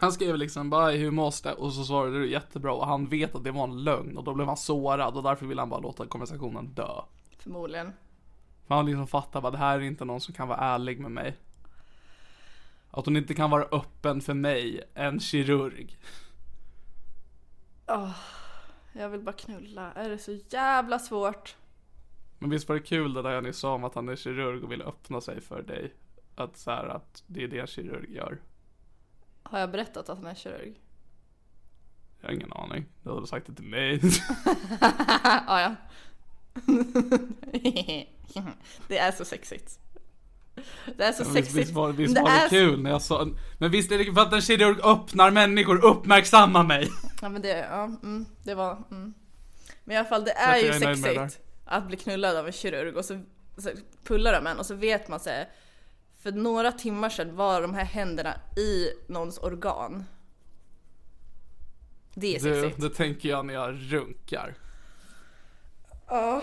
Han skrev liksom bara hur mås det? Och så svarade du jättebra och han vet att det var en lögn och då blev han sårad och därför ville han bara låta konversationen dö.
Förmodligen.
För han liksom fattar bara det här är inte någon som kan vara ärlig med mig. Att hon inte kan vara öppen för mig, en kirurg.
Jag vill bara knulla. Är det så jävla svårt?
Men visst var det kul det där jag nyss sa om att han är kirurg och vill öppna sig för dig? Att så här, att det är det en kirurg gör.
Har jag berättat att han är kirurg?
Jag har ingen aning. Du hade sagt det till mig.
ah, ja. det är så sexigt. Det är så
Men visst,
sexigt.
visst var, visst
Men
var det
är så-
kul när jag sa... Men visst är det för att en kirurg öppnar människor, uppmärksamma mig!
Ja men det, ja, mm, det var, mm. Men i alla fall det är
tror
ju
jag är nöjd med det
sexigt att bli knullad av en kirurg och så, så pullar de en och så vet man sig. För några timmar sedan var de här händerna i någons organ. Det är
Det,
sexigt.
det tänker jag när jag runkar.
Ja.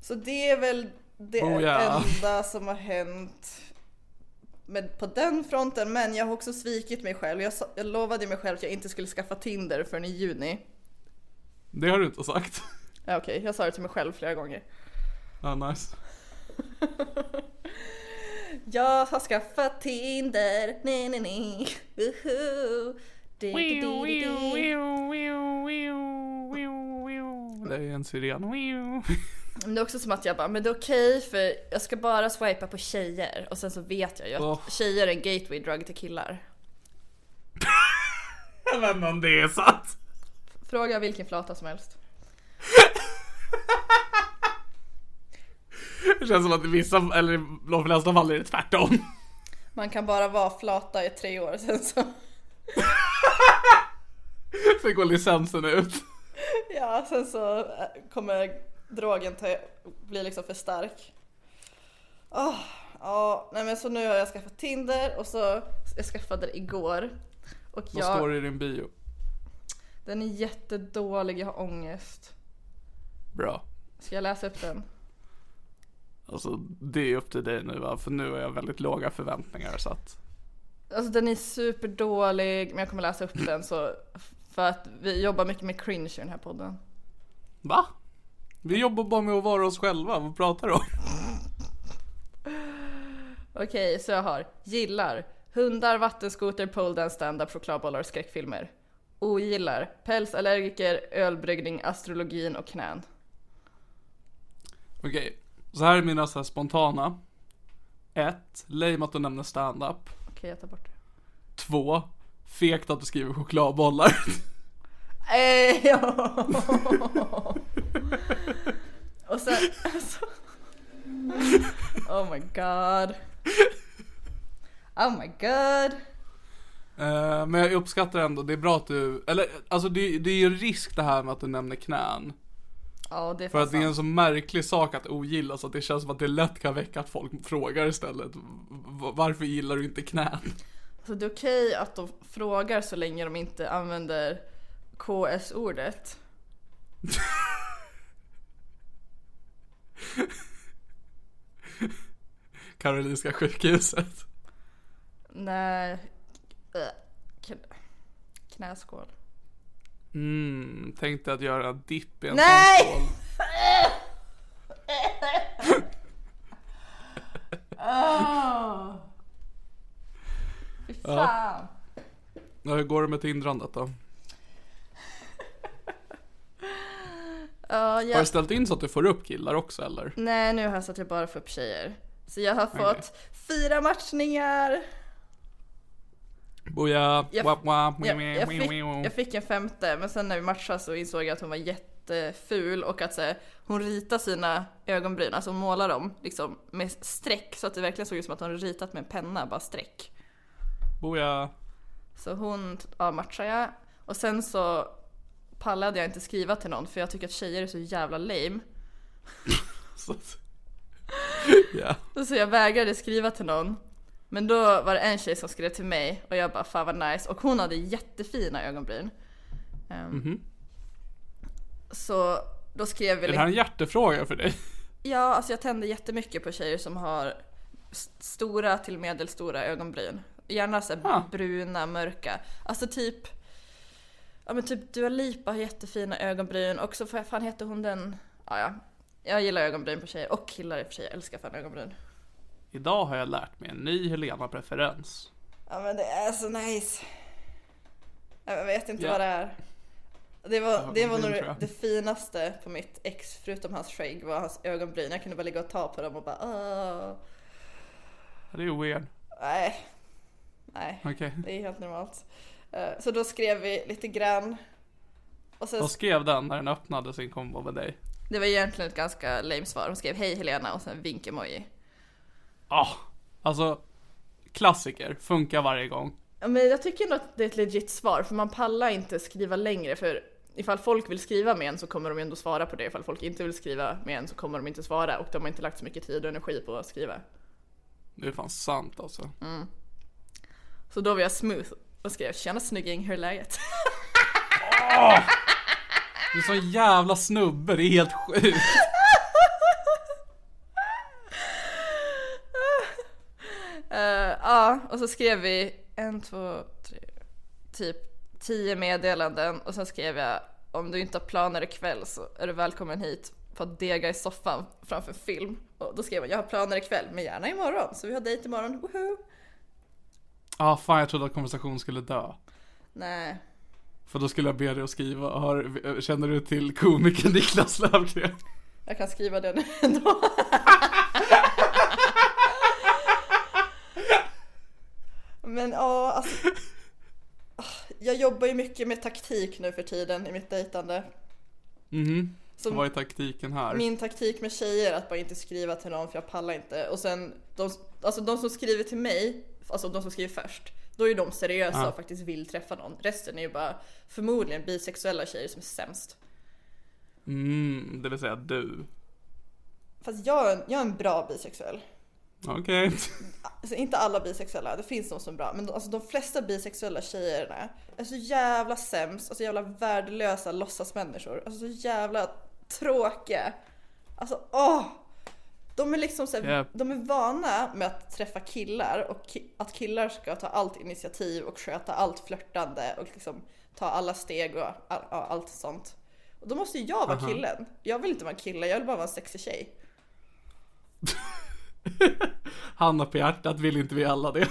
Så det är väl det
Oh, ja.
enda som har hänt med, på den fronten. Men jag har också svikit mig själv. Jag, sa- jag lovade mig själv att jag inte skulle skaffa Tinder förrän i juni.
Det har du inte sagt.
Ja, Okej, jag sa det till mig själv flera gånger.
Ah, nice.
Jag har skaffat Tinder, nej nej nej, woho! Du, du, du, du, du.
Det är en siren.
Men det är också som att jag bara, men det är okej för jag ska bara swipa på tjejer och sen så vet jag ju att
Åh.
tjejer är en gateway drug till killar.
Jag vet inte om det är sant.
Fråga vilken flata som helst.
Det känns som att i vissa, eller i de flesta fall är det tvärtom.
Man kan bara vara flata i tre år sen så,
Sen går licensen ut.
ja sen så eh, kommer drogen ta, bli liksom för stark. Åh, ja, nej men så nu har jag skaffat Tinder och så, jag skaffade det igår. Och
Vad
jag,
står det i din bio?
Den är jättedålig, jag har ångest.
Bra.
Ska jag läsa upp den?
Alltså det är upp till dig nu va? För nu har jag väldigt låga förväntningar så att
Alltså den är superdålig, men jag kommer läsa upp den så för att vi jobbar mycket med cringe i den här podden.
Va? Vi jobbar bara med att vara oss själva, vad pratar du om?
Okej, så jag har gillar hundar, vattenskoter, poledance, standup, chokladbollar och skräckfilmer. Ogillar pälsallergiker, ölbryggning, astrologin och knän.
Okej, så här är mina så här spontana 1. Lame att du nämner stand-up
Okej, jag tar bort det.
2. Fegt att du skriver chokladbollar
Eh, ja. och sen... Alltså. Oh my god. Oh my god.
Eh, Men jag uppskattar ändå, det är bra att du, eller alltså det, det är ju en risk det här med att du nämner knän
Ja, det är
För att det är
fan
en så märklig sak att ogilla så att det känns som att det lätt kan väcka att folk frågar istället "V- Varför gillar du inte knän?
Så det är okej att de frågar så länge de inte använder KS-ordet.
Karolinska sjukhuset
Nej. Äh, kn- Knäskål.
Mm, tänkte att göra en dipp i en
Nej!
sån skål.
Oh. Fy fan.
Ja, Hur går det med tindrandet då?
Ja,
Har du
jag,
ställt in så att du får upp killar också eller?
nej, nu har jag satt jag bara för upp tjejer. Så jag har fått fyra matchningar.
Boja!
Jag-
wap, wap,
Jag,
meh,
jag,
meh,
fick,
meh, meh.
jag fick en femte, men sen när vi matchade så insåg jag att hon var jätteful och att så här, hon ritar sina ögonbryn, alltså hon målar dem liksom, med streck så att det verkligen såg ut som att hon ritat med en penna, bara streck.
Boja!
Så hon ja, matchade jag. Och sen så pallade jag inte skriva till någon för jag tycker att tjejer är så jävla lame.
Så att- Ja.
Så jag vägrade skriva till någon. Men då var det en tjej som skrev till mig och jag bara fan vad nice. Och hon hade jättefina ögonbryn. Ehm, Så då skrev vi
Mhm.
liksom-
Är det här en hjärtefråga för dig?
Ja, alltså jag tänder jättemycket på tjejer som har s- stora till medelstora ögonbryn. Gärna så här
Ah.
bruna, mörka. Alltså typ... Ja men typ Dua Lipa har jättefina ögonbryn och så fan heter hon den... Ja, ja. Jag gillar ögonbryn på tjejer och killar i och för sig. Jag älskar fan ögonbryn.
Idag har jag lärt mig en ny Helena-preferens.
Ja men det är så nice. Jag vet inte
Ja.
vad det är. Det var, det var
ögonbryn,
nog
tror jag.
det finaste på mitt ex, förutom hans skägg, var hans ögonbryn. Jag kunde bara ligga och ta på dem och bara åh.
Ja, Det är ju weird.
Nej. Nej,
Okej.
det är helt normalt. Eh, Så då skrev vi lite grann. Och sen,
Vad skrev den när den öppnade sin kombo med dig?
det var egentligen ett ganska lame svar. Hon skrev hej Helena och sen vink-emoji.
Ah! Alltså, klassiker. Funkar varje gång.
Ja, men jag tycker ändå att det är ett legit svar för man pallar inte skriva längre för ifall folk vill skriva med en så kommer de ju ändå svara på det. Ifall folk inte vill skriva med en så kommer de inte svara och de har inte lagt så mycket tid och energi på att skriva.
Det är fan sant alltså.
Så då var jag smooth och skrev “Tjena snygging, hur är läget?”
Du är sån jävla snubbe, det är helt sjukt.
Eh, Ja, och så skrev vi en, två, tre, typ tio meddelanden och sen skrev jag “Om du inte har planer ikväll så är du välkommen hit på att dega i soffan framför film” och då skrev jag “Jag har planer ikväll, men gärna imorgon, så vi har dejt imorgon, woho!”
Ah, fan jag trodde att konversationen skulle dö.
Nej.
För då skulle jag be dig att skriva, har, känner du till komikern Niklas Löfgren?
Jag kan skriva det nu ändå. Men ja, alltså. Jag jobbar ju mycket med taktik nu för tiden i mitt dejtande.
Mhm.
Så
Vad är taktiken här?
min taktik med tjejer är att bara inte skriva till någon för jag pallar inte. Och sen, de, alltså de som skriver till mig, alltså de som skriver först, då är de seriösa
Ja.
och faktiskt vill träffa någon. Resten är ju bara förmodligen bisexuella tjejer som är sämst.
Mm, det vill säga du.
Fast jag är en, jag är en bra bisexuell.
Okej.
Alltså inte alla bisexuella, det finns de som är bra. Men de- alltså, de flesta bisexuella tjejerna är så jävla sämst, alltså jävla värdelösa låtsasmänniskor. Alltså så jävla tråkiga. Alltså åh! De är liksom så här,
Japp.
de är vana med att träffa killar och ki- att killar ska ta allt initiativ och sköta allt flörtande och liksom ta alla steg och all, ja, allt sånt. Och då måste ju jag vara killen. Jag vill inte vara en kille, jag vill bara vara en sexig tjej.
Hanna på hjärtat, vill inte vi alla det?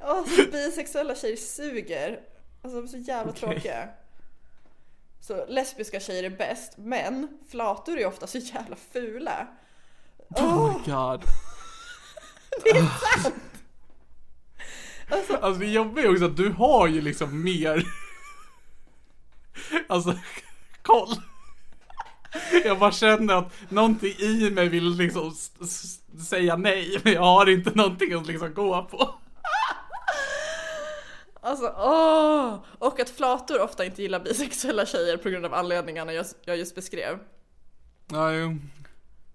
Alltså bisexuella tjejer suger. Alltså de är så jävla
Okej.
tråkiga. Så lesbiska tjejer är bäst, men flator är ju ofta så jävla fula.
Oh my god.
Alltså,
Alltså det jobbiga är också att du har ju liksom mer... Alltså, koll. Jag bara känner att någonting i mig vill liksom s- s- säga nej, men jag har inte någonting att liksom gå på.
alltså åh! Och att flator ofta inte gillar bisexuella tjejer på grund av anledningarna jag, jag just beskrev.
Ja, jo.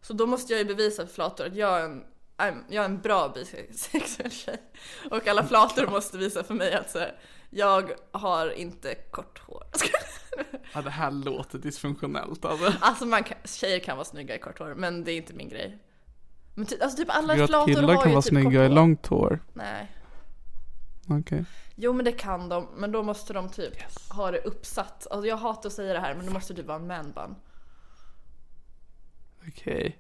Så då måste jag ju bevisa för flator att jag är en I'm- jag är en bra bisexuell tjej. Och alla flator måste visa för mig att så, här, jag har inte kort hår.
Ja, det här låter dysfunktionellt alltså.
Alltså man kan, tjejer kan vara snygga i kort hår, men det är inte min grej. Men ty, alltså typ alla
att
flator har ju typ kort hår.
hår.
Nej.
Okej.
Jo men det kan de, men då måste de typ ha det uppsatt. Alltså jag hatar att säga det här men då måste du vara en manbun.
Okej.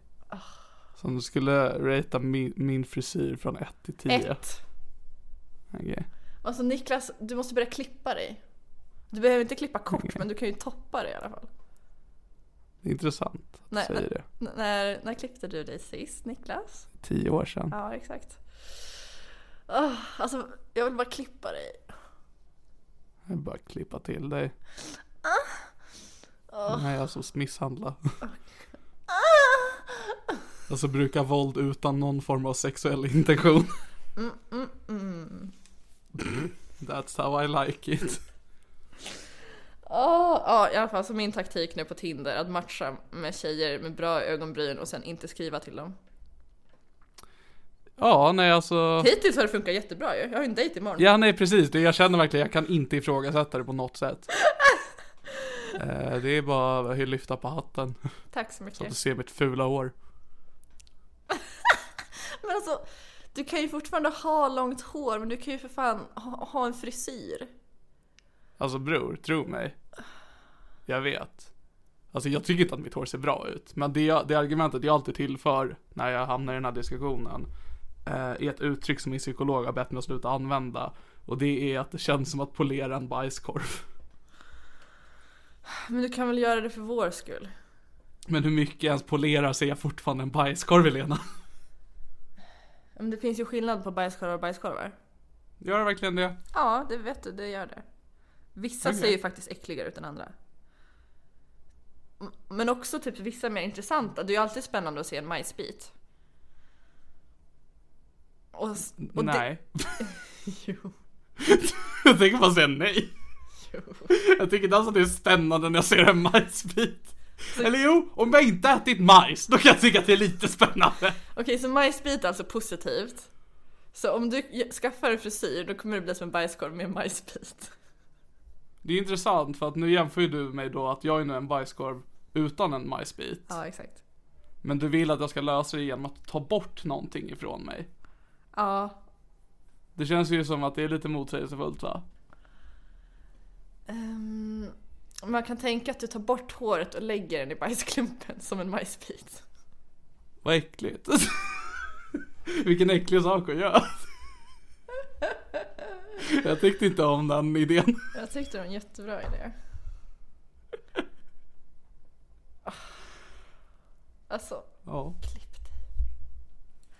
Så om du skulle ratea min, min frisyr från 1 till 10?
Ett.
Okej.
Alltså Niklas, du måste börja klippa dig. Du behöver inte klippa kort men du kan ju toppa det i alla fall.
Det är intressant att
Nej,
du säger
nej.
det.
N- när, när klippte du dig sist Niklas?
10 år sedan.
Ja exakt. Ah, alltså jag vill bara klippa dig.
Jag vill bara klippa till dig.
Ah.
Nej, alltså misshandla.
Ah!
Alltså bruka våld utan någon form av sexuell intention.
Mm,
That's how I like it.
Oh, ja i alla fall så min taktik nu på Tinder att matcha med tjejer med bra ögonbryn och sen inte skriva till dem.
Ja, nej alltså.
Hittills har det funkat jättebra ju. Jag har ju en dejt imorgon.
Ja, nej precis. Det- Jag känner verkligen, jag kan inte ifrågasätta det på något sätt. Eh, Det är bara att lyfta på hatten.
Tack så
Så att du
mycket.
ser mitt fula hår.
Men alltså, du kan ju fortfarande ha långt hår men du kan ju för fan ha, ha en frisyr.
Alltså bror, tro mig. Jag vet. Alltså jag tycker inte att mitt hår ser bra ut. Men det, det argumentet jag alltid tillför när jag hamnar i den här diskussionen eh, är ett uttryck som min psykolog har bett mig att sluta använda. Och det är att det känns som att polera en bajskorv.
Men du kan väl göra det för vår skull?
Men hur mycket jag ens polerar ser jag fortfarande en bajskorv Elena.
Men det finns ju skillnad på bajskorvar och bajskorvar.
Gör det verkligen det?
Ja, det vet du, det gör det. Vissa
Okej.
ser ju faktiskt äckligare ut än andra. M- Men också typ vissa är mer intressanta. Det är ju alltid spännande att se en majsbit. Och, s- och det-
nej. jag tänker bara säga nej. Jag tycker inte alls att det är spännande när jag ser en majsbit. Eller jo, om jag inte ätit majs, då kan jag tycka att det är lite spännande.
Okej, så majsbit är alltså positivt. Så om du ge- skaffar en frisyr då kommer det bli som en bajskorv med en majsbit.
Det är intressant för att nu jämför ju du mig då att jag är nu en bajskorv utan en majsbit.
Ja, exakt.
Men du vill att jag ska lösa det genom att ta bort någonting ifrån mig.
Ja,
Det känns ju som att det är lite motsägelsefullt va?
ehm, man kan tänka att du tar bort håret och lägger den i bajsklumpen som en majsbit.
Vad äckligt. Vilken äcklig sak att göra. Jag tyckte inte om den idén.
Jag tyckte det var en jättebra idé. Ah. Alltså,
Ja.
klipp dig.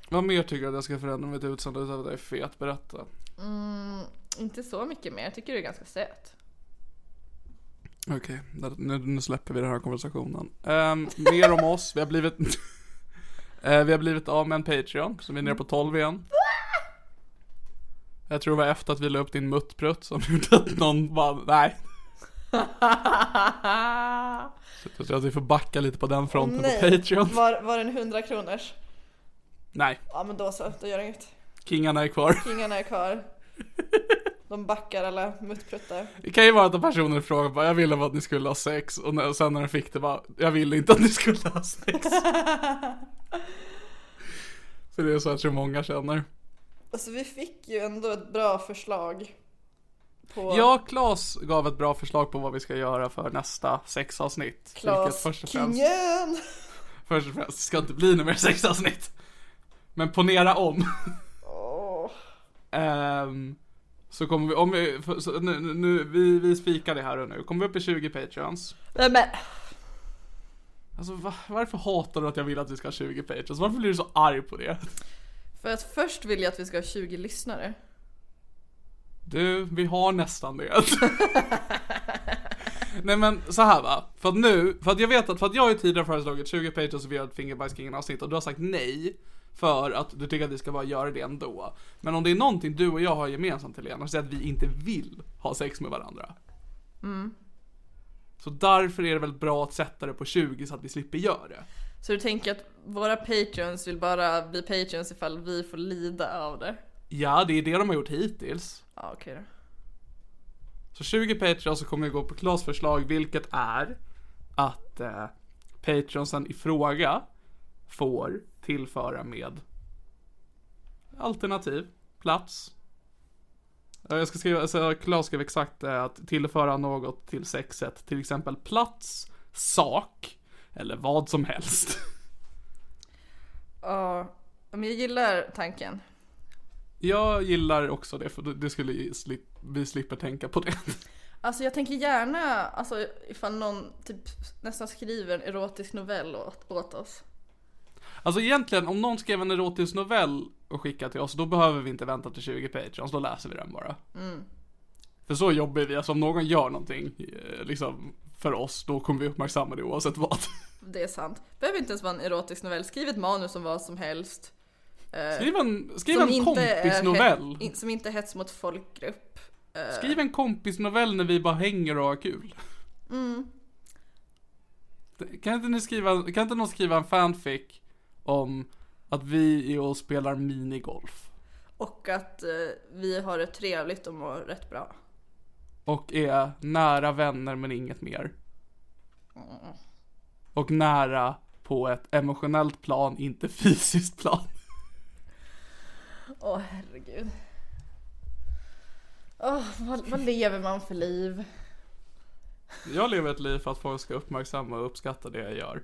Vad mer tycker du att jag ska förändra mitt utseende utöver att jag är fet? Berätta.
Mm, inte så mycket mer, jag tycker du är ganska söt.
Okej, där- nu, nu släpper vi den här konversationen. Ehm, mer om oss, vi har blivit... Eh, vi har blivit av med en Patreon, så vi är nere på 12 igen. Jag tror det var efter att vi la upp din muttprutt som gjorde att någon bara, nej. Så jag tror att vi får backa lite på den fronten på Patreon.
Var, var den 100 kronors?
Nej,
Ja men då så, då gör det inget.
kingarna är kvar.
Kingarna är kvar. De backar alla muttpruttar.
Det kan ju vara att personer frågar bara, jag ville bara att ni skulle ha sex och när- sen när de fick det bara, jag ville inte att ni skulle ha sex. För det är så jag tror många känner.
Alltså vi fick ju ändå ett bra förslag. På
Ja, Claes gav ett bra förslag på vad vi ska göra för nästa sexavsnitt.
Klas
först och, främst,
Kingen!
först och främst ska inte bli något mer sexavsnitt. Men ponera om.
Åh.
Ehm, så kommer vi, om vi, för- så nu, nu- nu, vi, vi spikar det här och nu. Kommer vi upp i 20 patreons.
Nej men,
Alltså va, varför hatar du att jag vill att vi ska ha 20 patreons? Varför blir du så arg på det?
för att först vill jag att vi ska ha 20 lyssnare.
Du, vi har nästan det. Nej men så här va, för att nu, för att jag vet att, för att jag har ju tidigare föreslagit 20 pages och vi gör ett Fingerbajskingen avsnitt och du har sagt nej. För att du tycker att vi ska bara göra det ändå. Men om det är någonting du och jag har gemensamt Helena, så är det att vi inte vill ha sex med varandra. Så därför är det väl bra att sätta det på 20 så att vi slipper göra det.
Så du tänker att våra patreons vill bara bli patreons ifall vi får lida av det?
Ja, det är det de har gjort hittills.
Ja okej då.
Så 20 Patreons så kommer vi gå på Klas förslag, vilket är att eh, Patreonsen i fråga får tillföra med alternativ, plats, Ja, Jag ska skriva, alltså Claes skrev exakt eh, att tillföra något till sexet, till exempel plats, sak eller vad som helst.
Ja, men jag gillar tanken.
Jag gillar också det för det skulle ju slip, vi slipper tänka på det.
Alltså jag tänker gärna, alltså ifall någon typ nästan skriver en erotisk novell åt, åt oss.
Alltså egentligen, om någon skrev en erotisk novell och skickade till oss, då behöver vi inte vänta till 20 patrons, då läser vi den bara.
Mm.
För så jobbar vi, alltså om någon gör någonting eh, liksom, för oss, då kommer vi uppmärksamma det oavsett
Eh,
vad.
Det är sant. Behöver inte ens vara en erotisk novell, skriv ett manus om vad som helst. Eh,
Skriv en, skriv
som
en
inte är
kompisnovell.
he- in- Som inte är hets mot folkgrupp. Eh.
Skriv en kompisnovell när vi bara hänger och har kul.
Mm.
Kan, inte ni skriva, kan inte någon skriva en fanfic om att vi är och spelar minigolf?
Och att eh, vi har det trevligt och mår rätt bra.
Och är nära vänner men inget mer. Och nära på ett emotionellt plan, inte fysiskt plan.
Åh herregud. Åh, vad, vad lever man för liv?
Jag lever ett liv för att folk ska uppmärksamma och uppskatta det jag gör.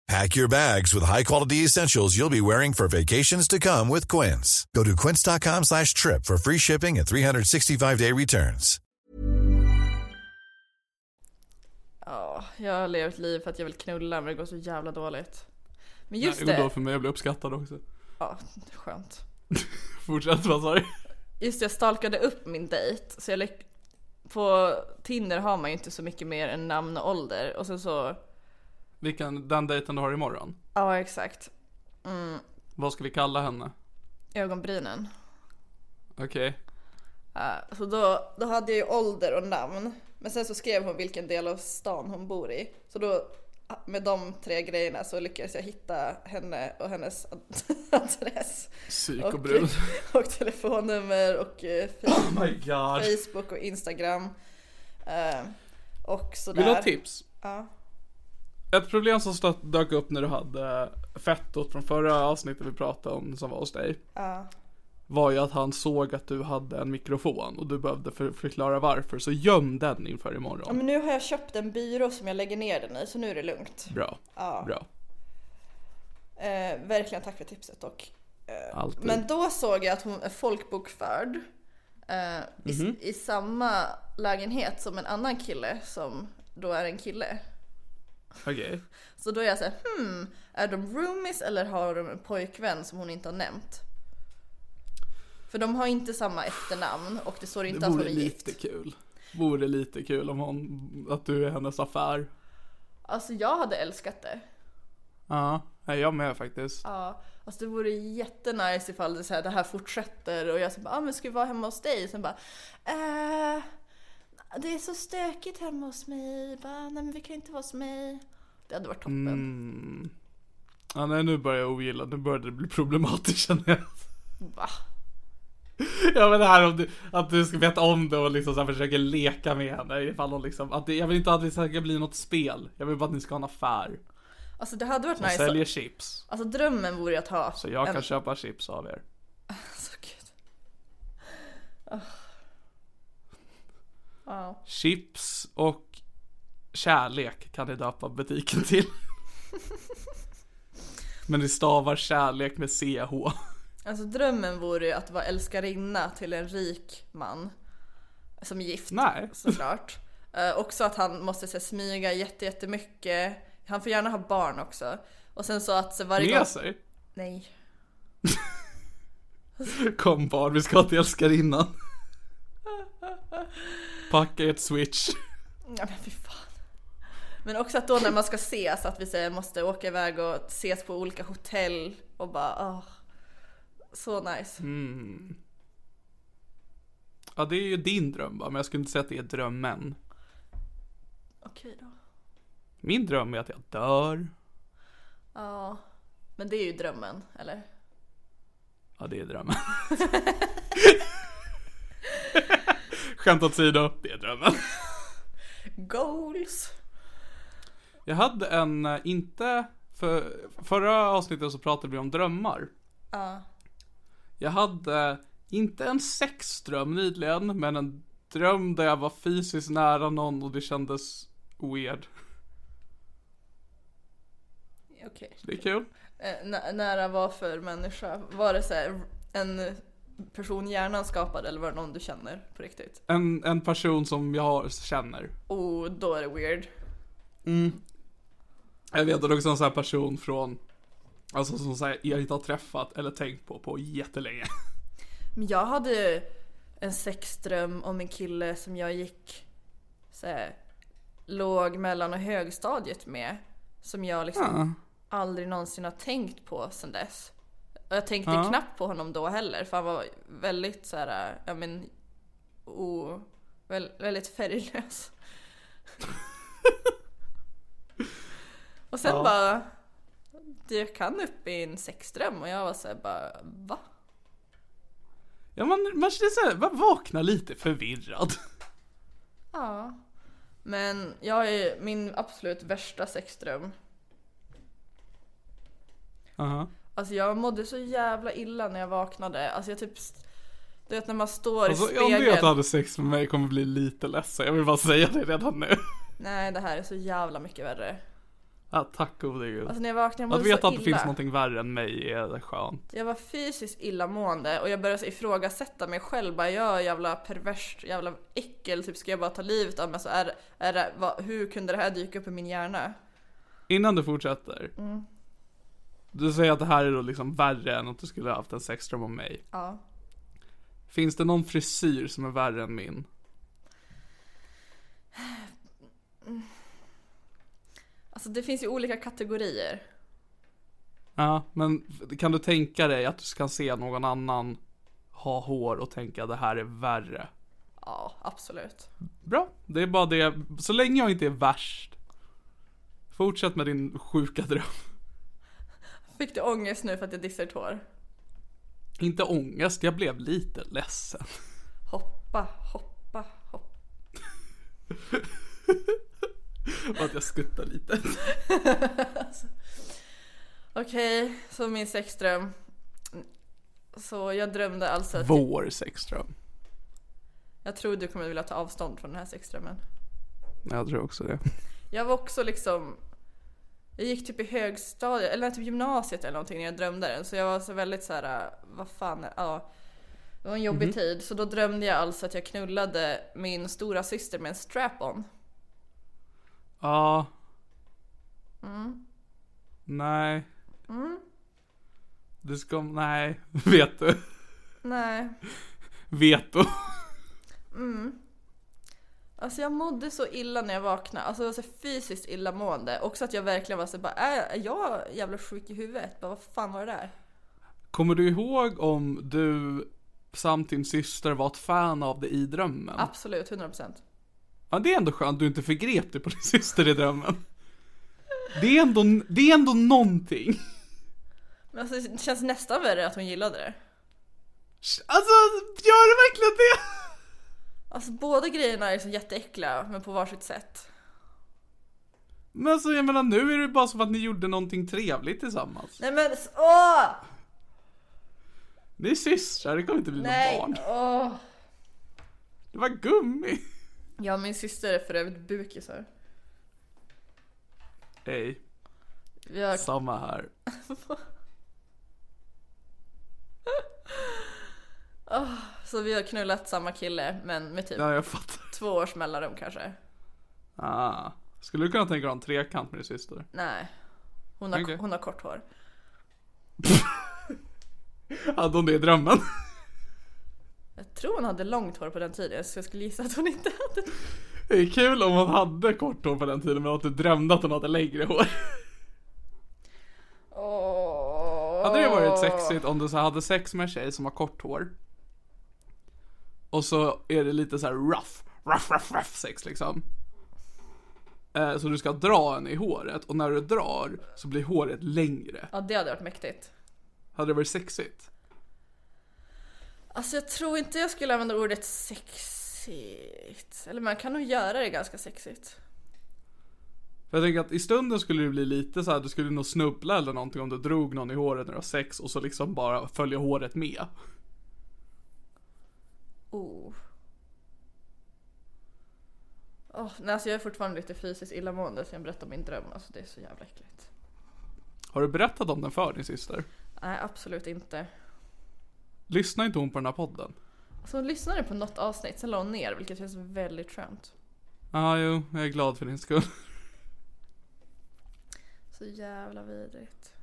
Pack your bags with high-quality essentials you'll be wearing for vacations to come with Quince. Go to quince.com slash trip for free shipping and 365-day returns.
Ja, jag lever ett liv för att jag vill knulla men det går så jävla dåligt. Men
Nej,
just
det går
det,
bra för mig, jag blir uppskattad också.
ja, skönt.
Fortsätt, vad sa du?
Just det, jag stalkade upp min dejt. Så jag lyck- på Tinder har man ju inte så mycket mer än namn och ålder. Och sen så,
Vilken, den dejten du har imorgon?
ja exakt,
Vad ska vi kalla henne?
ögonbrynen.
Okej.
Ja, så Alltså då, då hade jag ju ålder och namn. Men sen så skrev hon vilken del av stan hon bor i. Så då med de tre grejerna så lyckades jag hitta henne och hennes ad- adress.
Psykobrud.
och telefonnummer och eh, fe-
Oh my god.
Facebook och Instagram. Eh, och sådär.
Vill du ha tips?
Ja.
Ett problem som stött, dök upp när du hade fettot från förra avsnittet vi pratade om som var hos dig. Var ju att han såg att du hade en mikrofon och du behövde för, förklara varför. Så göm den inför
Ja,
imorgon.
men nu har jag köpt en byrå som jag lägger ner den i så nu är det lugnt.
Bra. Bra.
Eh, verkligen tack för tipset dock.
Alltid.
Men då såg jag att hon är folkbokförd. Eh, i,
Mhm.
I samma lägenhet som en annan kille som då är en kille.
Okej.
Så då är jag såhär, hmm, är de roomies eller har de en pojkvän som hon inte har nämnt? För de har inte samma efternamn och det står inte
Det
att hon
vore
är gift.
lite kul. Vore lite kul om hon, att du är hennes affär.
Alltså jag hade älskat det.
Ja, nej, jag med faktiskt.
Ja, alltså det vore jättenice ifall det, så här, det här fortsätter och jag så bara, ah, men ska vi vara hemma hos dig? Sen bara, eh, det är så stökigt hemma hos mig, bara, nej men vi kan inte vara hos mig. Det hade varit toppen.
Mm. Ja, nej, nu börjar jag ogilla, nu börjar det bli problematiskt känner jag.
Va?
Ja men det här om du, att du ska veta om det och liksom så här försöker leka med henne ifall hon liksom, att det, jag vill inte att det ska bli något spel. Jag vill bara att ni ska ha en affär.
Alltså det hade varit
Som
nice.
säljer chips.
Alltså drömmen vore ju att ha.
Så jag
en...
kan köpa chips av er.
Alltså gud. Ah. Ja,
Chips och kärlek kan ni döpa butiken till. men ni stavar kärlek med CH.
alltså drömmen vore ju att vara älskarinna till en rik man. Som är gift.
Nej.
såklart. Eh, också att han måste så här, smyga jätte- jättemycket, Han får gärna ha barn också. Och sen så att så varje gång...
Med sig?
Nej.
Kom barn, vi ska till älskarinnan. Packa ett switch.
Ja men fy fan. Men också att då när man ska ses, att vi säger måste åka iväg och ses på olika hotell och bara ah. Så nice.
Ja, det är ju din dröm va, men jag skulle inte säga att det är drömmen.
Okej då.
Min dröm är att jag dör.
Ja. Men det är ju drömmen, eller?
Ja, det är drömmen. Skämt åsido, det är drömmen.
Goals!
Jag hade en, eh, inte, för förra avsnittet så pratade vi om drömmar.
Ja.
Jag hade, inte en sexdröm nyligen, men en dröm där jag var fysiskt nära någon och det kändes weird.
Okej.
Det är kul.
Eh, nä- nära vad för människa? Var det så här, en person hjärnan skapade eller var det någon du känner på riktigt?
En, en person som jag har- känner.
Oh, då är det weird.
Jag vet att också en sån här person från, alltså som så här, jag inte har träffat eller tänkt på på jättelänge.
Men jag hade ju en sexdröm om en kille som jag gick så här, låg mellan och högstadiet med. Som jag liksom aldrig någonsin har tänkt på sedan dess. Och jag tänkte
Ja.
knappt på honom då heller för han var väldigt så här, ja men, o, väl, väldigt färglös. och sen bara dök han upp i en sexdröm och jag var så här bara va?
Ja, man, man känner såhär, man vaknar lite förvirrad.
Ja. Men jag är min absolut värsta sexdröm.
Aha.
Alltså jag mådde så jävla illa när jag vaknade. Alltså jag typ... st- Du vet när man står
Alltså,
i
om du
spegeln.
att du hade sex med mig kommer bli lite ledsen, jag vill bara säga det redan nu.
Nej det här är så jävla mycket värre.
Ja, tack gode gud.
Alltså när jag vaknade jag mådde
Att veta
så
att det
illa.
finns någonting värre än mig är skönt.
Jag var fysiskt illamående och jag började så ifrågasätta mig själv. Bara, jag är jävla perverst, jävla äckel. Typ ska jag bara ta livet av mig? Så är, är det, vad, hur kunde det här dyka upp i min hjärna?
Innan du fortsätter.
Mm.
Du säger att det här är då liksom värre än att du skulle ha haft en sexdröm om mig.
Ja.
Finns det någon frisyr som är värre än min?
Alltså det finns ju olika kategorier.
Ja, men kan du tänka dig att du kan se någon annan ha hår och tänka det här är värre?
Ja, absolut.
Bra, det är bara det. Så länge jag inte är värst. Fortsätt med din sjuka dröm.
Fick du ångest nu för att jag dissar ditt hår?
Inte ångest, jag blev lite ledsen.
Hoppa, hoppa, hoppa.
Och att jag skuttar lite.
Okej, så min sexdröm. Så jag drömde alltså att...
Vår sexdröm.
Jag tror du kommer vilja ta avstånd från den här sexdrömmen.
Jag tror också det.
Jag var också liksom... Jag gick typ i högstadiet, eller typ gymnasiet eller någonting när jag drömde den. Så jag var så väldigt så här, äh, vad fan, är- ja. Det var en jobbig tid. Så då drömde jag alltså att jag knullade min stora syster med en strap-on.
Ja. Nej. Du ska, nej. Vet du?
Nej,
Vet du?
Alltså jag mådde så illa när jag vaknade, alltså jag var så fysiskt illamående. Också att jag verkligen var så bara, "Äh, är är jag jävla sjuk i huvudet? Bara, vad fan var det
Mm.
där?
Kommer du ihåg om du samt din syster var ett fan av dig i drömmen?
Absolut, 100%.
Ja, det är ändå skönt du inte förgrep dig på din syster i drömmen. Det är ändå, det är ändå någonting.
Men alltså det känns nästan värre att hon gillade det.
Alltså, gör det verkligen det?
Alltså båda grejerna är så jätteäckliga, men på varsitt sätt.
Men alltså, jag menar nu är det bara som att ni gjorde någonting trevligt tillsammans.
Nej men s- åh!
Ni är systrar, det kommer inte bli några
Nej!
barn.
Åh!
Det var gummi.
Ja, min syster är för övrigt bukisar.
Hej,
Vi har...
samma här.
Så vi har knullat samma kille, men med typ
Ja, jag fattar.
två års mellanrum kanske.
Ah. Skulle du kunna tänka dig att ha en trekant med din syster?
Nej. Hon har,
Okej.
hon har kort hår.
Hade hon det i drömmen?
Jag tror hon hade långt hår på den tiden så jag skulle gissa att hon inte hade.
Det är kul om hon hade kort hår på den tiden men att du drömde att hon hade längre hår.
Åh.
Hade det varit sexigt om du så hade sex med en tjej som har kort hår? Och så är det lite så här rough, rough, rough, rough sex liksom. Eh, Så du ska dra henne i håret och när du drar så blir håret längre.
Ja det hade varit mäktigt.
Hade det varit sexigt?
Alltså jag tror inte jag skulle använda ordet sexigt. Eller man kan nog göra det ganska sexigt.
För jag tänker att i stunden skulle det bli lite så här, du skulle nog snubbla eller någonting om du drog någon i håret när du har sex och så liksom bara följa håret med.
Oh. Åh, nej, alltså jag är fortfarande lite fysiskt illamående så jag berättar min dröm. Alltså det är så jävla äckligt.
Har du berättat om den för din syster?
Nej, absolut inte.
Lyssnar inte hon på den här podden?
Alltså hon lyssnade på något avsnitt, sen la hon ner vilket känns väldigt skönt.
Ja, ah, jo, jag är glad för din skull.
Så jävla vidrigt.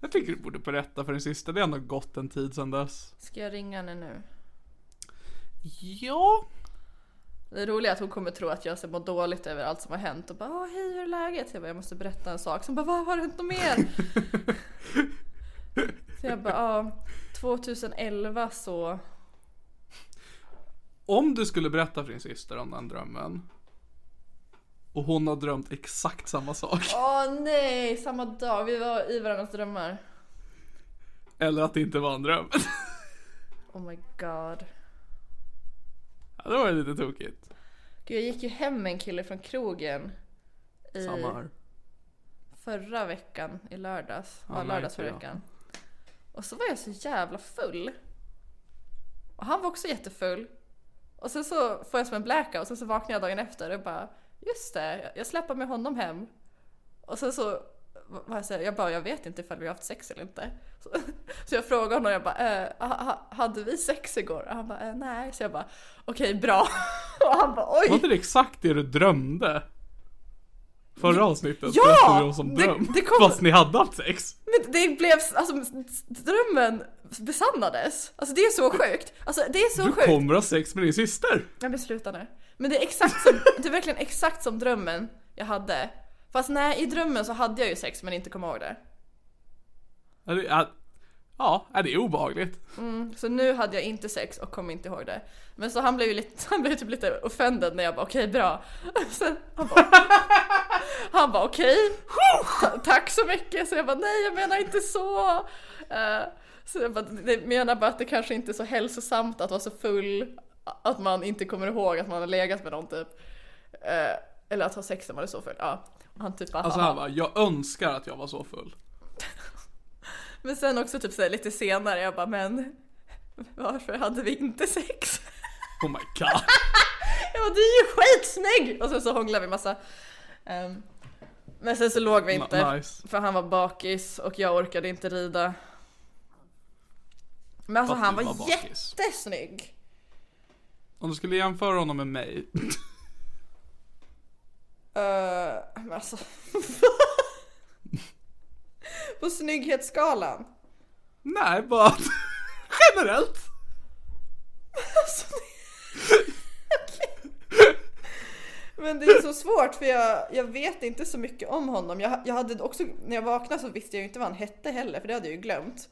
Jag tycker du borde berätta för din syster, det har ändå gått en tid sedan dess.
Ska jag ringa henne nu?
Ja.
Det roliga är att hon kommer tro att jag så mår dåligt över allt som har hänt och bara "Åh, hej hur är läget? Jag bara jag måste berätta en sak. Så hon bara vad har hänt något mer? så jag bara ja, 2011 så
Om du skulle berätta för din syster om den drömmen och hon har drömt exakt samma sak.
Åh nej, samma dag. Vi var i varandras drömmar.
Eller att det inte var en dröm.
Oh my god.
ja, det var ju lite tokigt.
Gud, jag gick ju hem med en kille från krogen i
Samma här.
förra veckan, i lördags. Ja,
Ja,
lördags
märker
förra
jag.
veckan. Och så var jag så jävla full. Och han var också jättefull. Och sen så får jag som en blackout och sen så vaknar jag dagen efter och bara Just det, jag släpper med honom hem. Och sen så var jag så här, jag bara jag vet inte ifall vi har haft sex eller inte. Så, så jag frågade honom jag bara eh, ha- ha- hade vi sex igår? Och han bara eh, nej. Så jag bara okej bra. Och han bara oj.
Var inte det exakt det du drömde? Förra avsnittet
Ja!
berättade du om som
Det-
dröm.
det kom-
Fast ni hade haft sex.
Men det blev, alltså drömmen besannades. Alltså det är så sjukt. Alltså det är så
Du
sjukt.
kommer ha sex med din syster.
Nej men sluta nu. Men det är exakt som, det är verkligen exakt som drömmen jag hade. Fast nej, i drömmen så hade jag ju sex men inte kom ihåg det.
Ja, det är, ja, det är obehagligt.
Så nu hade jag inte sex och kom inte ihåg det. Men så han blev ju lite, han blev typ lite offended när jag bara okej bra. Sen han bara, han bara okej, ta- tack så mycket. Så jag bara nej jag menar inte så. Eh, Så jag bara, jag menar bara att det kanske inte är så hälsosamt att vara så full att man inte kommer ihåg att man har legat med någon typ. Eh, Eller att ha sex när man är så full. Ja. Och han typ bara,
Alltså
"Haha."
han bara, jag önskar att jag var så full.
Men sen också typ så här, lite senare jag bara men varför hade vi inte sex?
Oh my god.
Ja du är ju skitsnygg! Och sen så hånglade vi massa. Ehm, men sen så låg vi inte.
N- nice.
För han var bakis och jag orkade inte rida. Men alltså
Att
han
du
var,
var bakis.
jättesnygg!
Om du skulle jämföra honom med mig.
Eh, men alltså... På snygghetsskalan.
Nej, bara generellt.
Alltså, det- Okej. Men det är så svårt för jag, jag vet inte så mycket om honom. Jag, jag hade också, när jag vaknade så visste jag ju inte vad han hette heller för det hade jag ju glömt.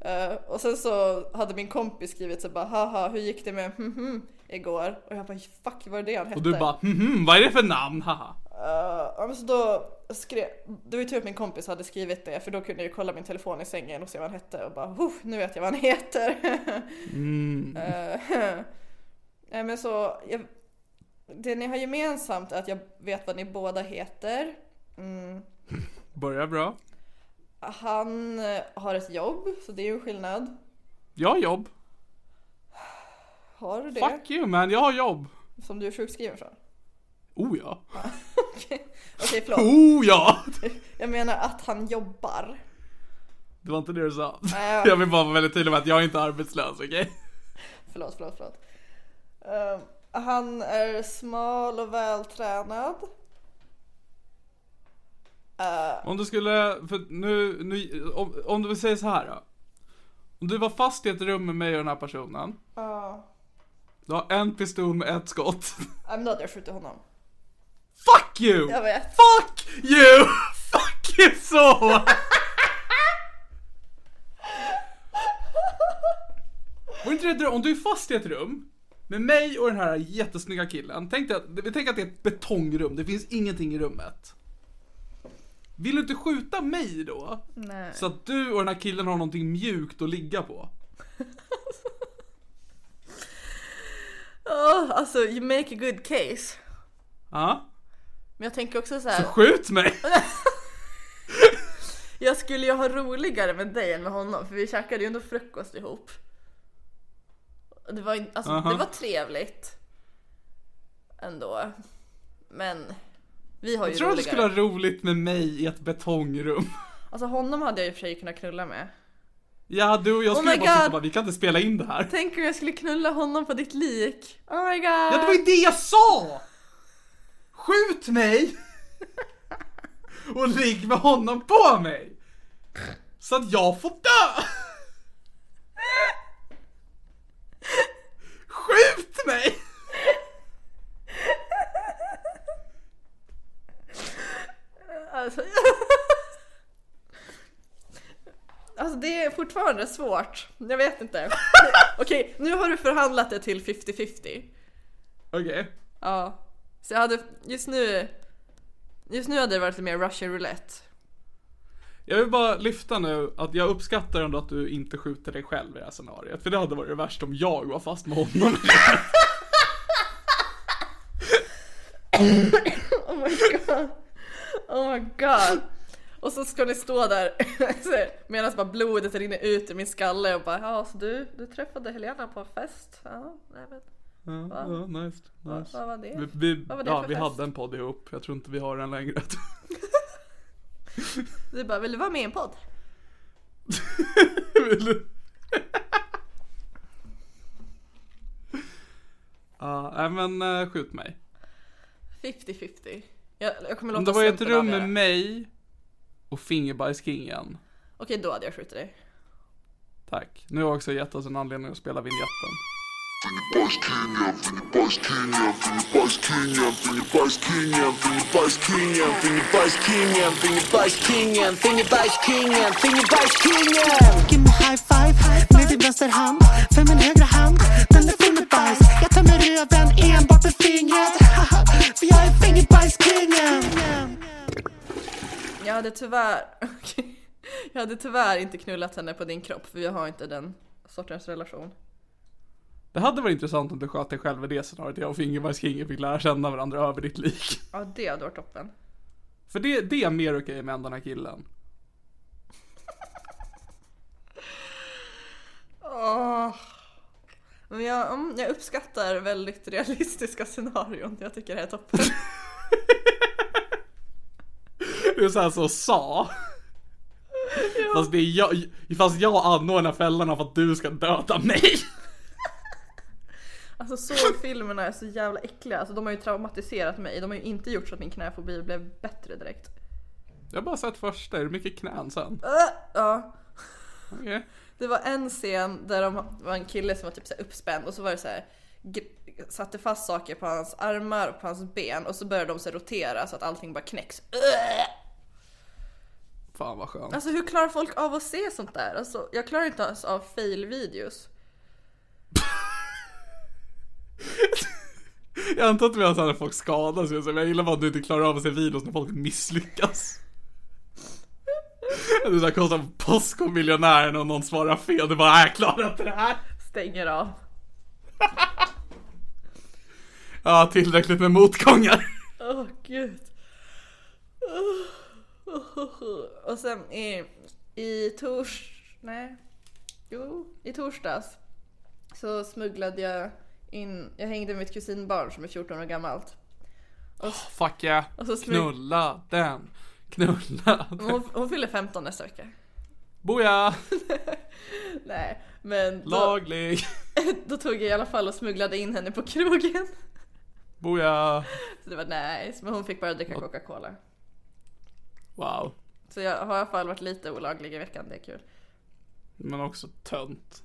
Eh, och sen så hade min kompis skrivit så bara haha hur gick det med hm hm igår? Och jag bara fuck vad är det han hette?
Och du bara, mhm, vad är det för namn, haha.
Eh, ja, men så då skrev, det var ju tur att min kompis hade skrivit det för då kunde jag ju kolla min telefon i sängen och se vad han hette och bara "Huh, nu vet jag vad han heter.
Mm.
Eh, nej, men så, jag, det ni har gemensamt är att jag vet vad ni båda heter. Mm,
Börjar bra.
han eh, har ett jobb så det är ju en skillnad.
Jag har jobb.
Har du det?
Fuck you man, jag har jobb.
Som du är sjukskriven från?
Oh ja.
Okej, Okej, förlåt.
Oh ja!
Jag menar att han jobbar.
Det var inte det du sa.
Nej,
Jag vill bara vara väldigt tydlig med att jag är inte arbetslös, okej?
Förlåt, förlåt, förlåt. Ehm, Han är smal och vältränad. Eh,
Om du skulle, för nu, nu om, om du säger så här då. Om du var fast i ett rum med mig och den här personen.
ja.
Du har en pistol med ett skott.
I'm not there skjuter honom.
Fuck you!
Jag vet.
Fuck you! Fuck you so! Vore inte det dröm- om du är fast i ett rum med mig och den här jättesnygga killen. Tänk dig att, vi tänker att det är ett betongrum, det finns ingenting i rummet. Vill du inte skjuta mig då?
Nej.
Så att du och den här killen har någonting mjukt att ligga på.
Oh, alltså you make a good case.
Ja?
Men jag tänker också så
Så
här.
skjut mig!
jag skulle ju ha roligare med dig än med honom för vi käkade ju ändå frukost ihop. Och Det var, in, alltså,
Aha.
det var trevligt. Ändå. Men vi har ju
Jag tror att du
roligare.
skulle ha roligt med mig i ett betongrum.
Alltså honom hade jag i och för sig kunnat knulla med.
Ja, du och jag
Oh
skulle
my
bara sitta
God.
och bara, vi kan inte spela in det här.
Tänk om jag skulle knulla honom på ditt lik. Oh my god.
Ja, det var ju det jag sa! Skjut mig! Och ligg med honom på mig! Så att jag får dö! Skjut mig!
Alltså, alltså det är fortfarande svårt. Jag vet inte. Okej, nu har du förhandlat det till 50-50.
Okej.
Ja. Så jag hade, just nu, just nu hade det varit mer Russian roulette.
Jag vill bara lyfta nu att jag uppskattar ändå att du inte skjuter dig själv i det här scenariot. För det hade varit det värsta om jag var fast med honom.
Oh my god. Oh my god. Och så ska ni stå där medan bara blodet rinner ut ur min skalle och bara ja, så du, du träffade Helena på en fest? Ja, nej men.
Ja, ja, nice,
Vad-
nice.
vad var det?
Vi, vi,
Vad var det
ja,
för
vi
fest?
hade en podd ihop. Jag tror inte vi har den längre.
Du bara, vill du vara med i en podd?
Vill du? Ja, nej men eh, skjut mig.
50-50. Jag, jag kommer
Om
låta
det var ett
slumpen
rum
avgöra.
med mig och fingerbajskingen.
Okej, då hade jag skjutit dig.
Tack. Nu har jag också gett oss en anledning att spela vignetten.
Buzz King Anthony, Buzz King Anthony, Buzz King Anthony, Buzz King Anthony, Buzz King Anthony, Buzz King Anthony, Buzz King Anthony, Buzz King Anthony, Buzz King Anthony.
Ge mig high five med din vänsterhand För min högra hand, den är full med bajs Jag tömmer röven enbart med fingret För jag är fingerbajskingen
Jag hade tyvärr... Okej. Jag hade tyvärr inte knullat henne på din kropp för jag har inte den sortens relation.
Det hade varit intressant om du sköt dig själv i det scenariot. Jag och fingerbajskingen fick lära känna varandra över ditt lik.
Ja, det hade varit toppen.
För det, det är mer okej med än den här killen.
Åh. Men jag, mm, jag uppskattar väldigt realistiska scenarion. Jag tycker det här är toppen.
Det är såhär så sa. Fast, det är jag, fast jag anordnar fällorna för att du ska döda mig.
Alltså sågfilmerna är så jävla äckliga. Alltså, de har ju traumatiserat mig. De har ju inte gjort så att min knäfobi blev bättre direkt.
Jag har bara sett första, är det mycket knän sen?
Äh, ja.
Okej.
Det var en scen där de var en kille som var typ så här uppspänd och så var det så här gr- satte fast saker på hans armar och på hans ben och så började de så här rotera så att allting bara knäcks. Ugh!
Fan vad skönt.
Alltså hur klarar folk av att se sånt där? Alltså, jag klarar inte ens av fail-videos.
Jag antar att vi har såhär när folk skadas sig, men jag gillar bara att du inte klarar av att se videos när folk misslyckas. Du såhär kollar på Postkodmiljonären och någon svarar fel, du bara jag klarar inte det här.
Stänger av.
Ja, tillräckligt med motgångar.
Åh gud. Och sen i, i tors... Nej. Jo, i torsdags så smugglade jag in... Jag hängde med mitt kusinbarn som är 14 år gammalt.
Fuck yeah.
Och så smyg-
Knulla den. Knulla den.
Hon, hon fyller 15 nästa vecka.
Boja!
Nej, men... Då,
Laglig.
Då tog jag i alla fall och smugglade in henne på krogen.
Boja!
Så det var nice, men hon fick bara dricka Coca-Cola.
Wow.
Så jag har i alla fall varit lite olaglig i veckan, det är kul.
Men också tönt.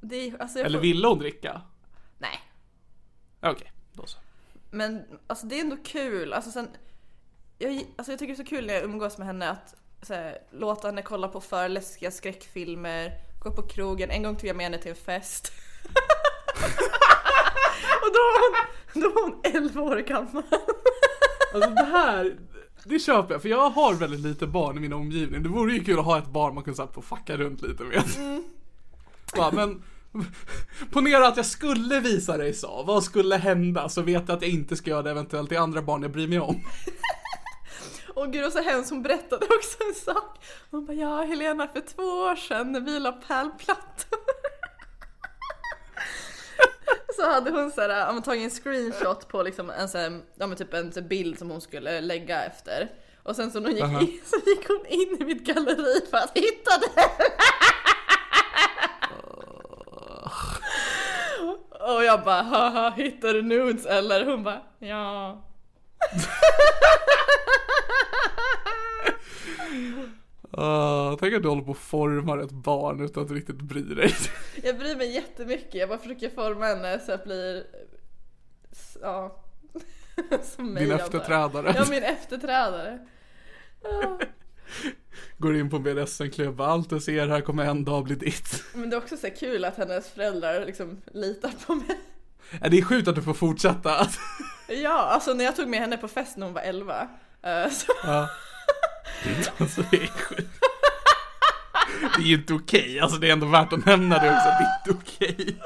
Det är, alltså jag
Eller
får-
ville hon dricka?
Nej,
Okej, då så.
Men alltså det är ändå kul. Alltså, sen, jag, alltså, jag tycker det är så kul när jag umgås med henne att så här, låta henne kolla på för läskiga skräckfilmer, gå på krogen. En gång tog jag med henne till en fest. Och då var hon, då var hon 11 år gammal.
Alltså det här, det köper jag. För jag har väldigt lite barn i min omgivning. Det vore ju kul att ha ett barn man kunde satt på och fucka runt lite med. Va, men ponera att jag skulle visa dig så. Vad skulle hända? Så vet jag att jag inte ska göra det eventuellt i andra barn jag bryr mig om.
Och gud, och så hemskt, hon berättade också en sak. Hon bara, ja Helena, för två år sedan när vi la pärlplattor. så hade hon så här, ja, men tagit en screenshot på liksom en, så här, ja, men typ en så här bild som hon skulle lägga efter. Och sen så, när hon gick, in, så gick hon in i mitt galleri för att hitta det. Och jag bara, haha, hittar du nudes eller? Hon bara, ja.
Uh, tänk att du håller på och formar ett barn utan att riktigt bry dig.
Jag bryr mig jättemycket, jag bara försöker forma henne så jag blir... Ja. Som mig
Din
antar jag.
efterträdare.
Ja, min efterträdare. Ah. Ja.
Går in på en BDSM-klubb. Allt du ser här kommer en dag bli ditt.
Men det är också så här kul att hennes föräldrar liksom litar på mig.
Ja, Äh, Det är sjukt att du får fortsätta.
Ja, alltså när jag tog med henne på fest när hon var 11. eh, Så,
Ja. Alltså det är sjukt. Det är ju inte okej, alltså det är ändå värt att nämna det också, det är inte okej.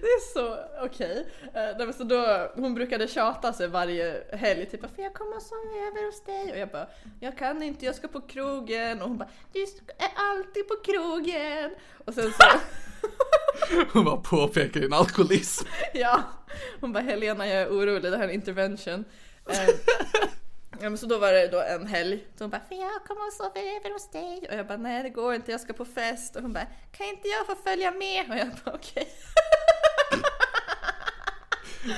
det är så okej. Eh, nej, men Så då, hon brukade tjata sig varje helg, typ får jag komma och sova över hos dig? Och jag bara, jag kan inte, jag ska på krogen. Och hon bara, du är alltid på krogen. Och sen så...
Hon bara påpekar din alkoholism.
Ja, hon bara Helena jag är orolig, det här är en intervention. Eh, ja, men så då var det då en helg. Så hon bara får jag komma och sova över hos dig? Och jag bara nej det går inte, jag ska på fest. Och hon bara kan inte jag få följa med? Och jag bara okej.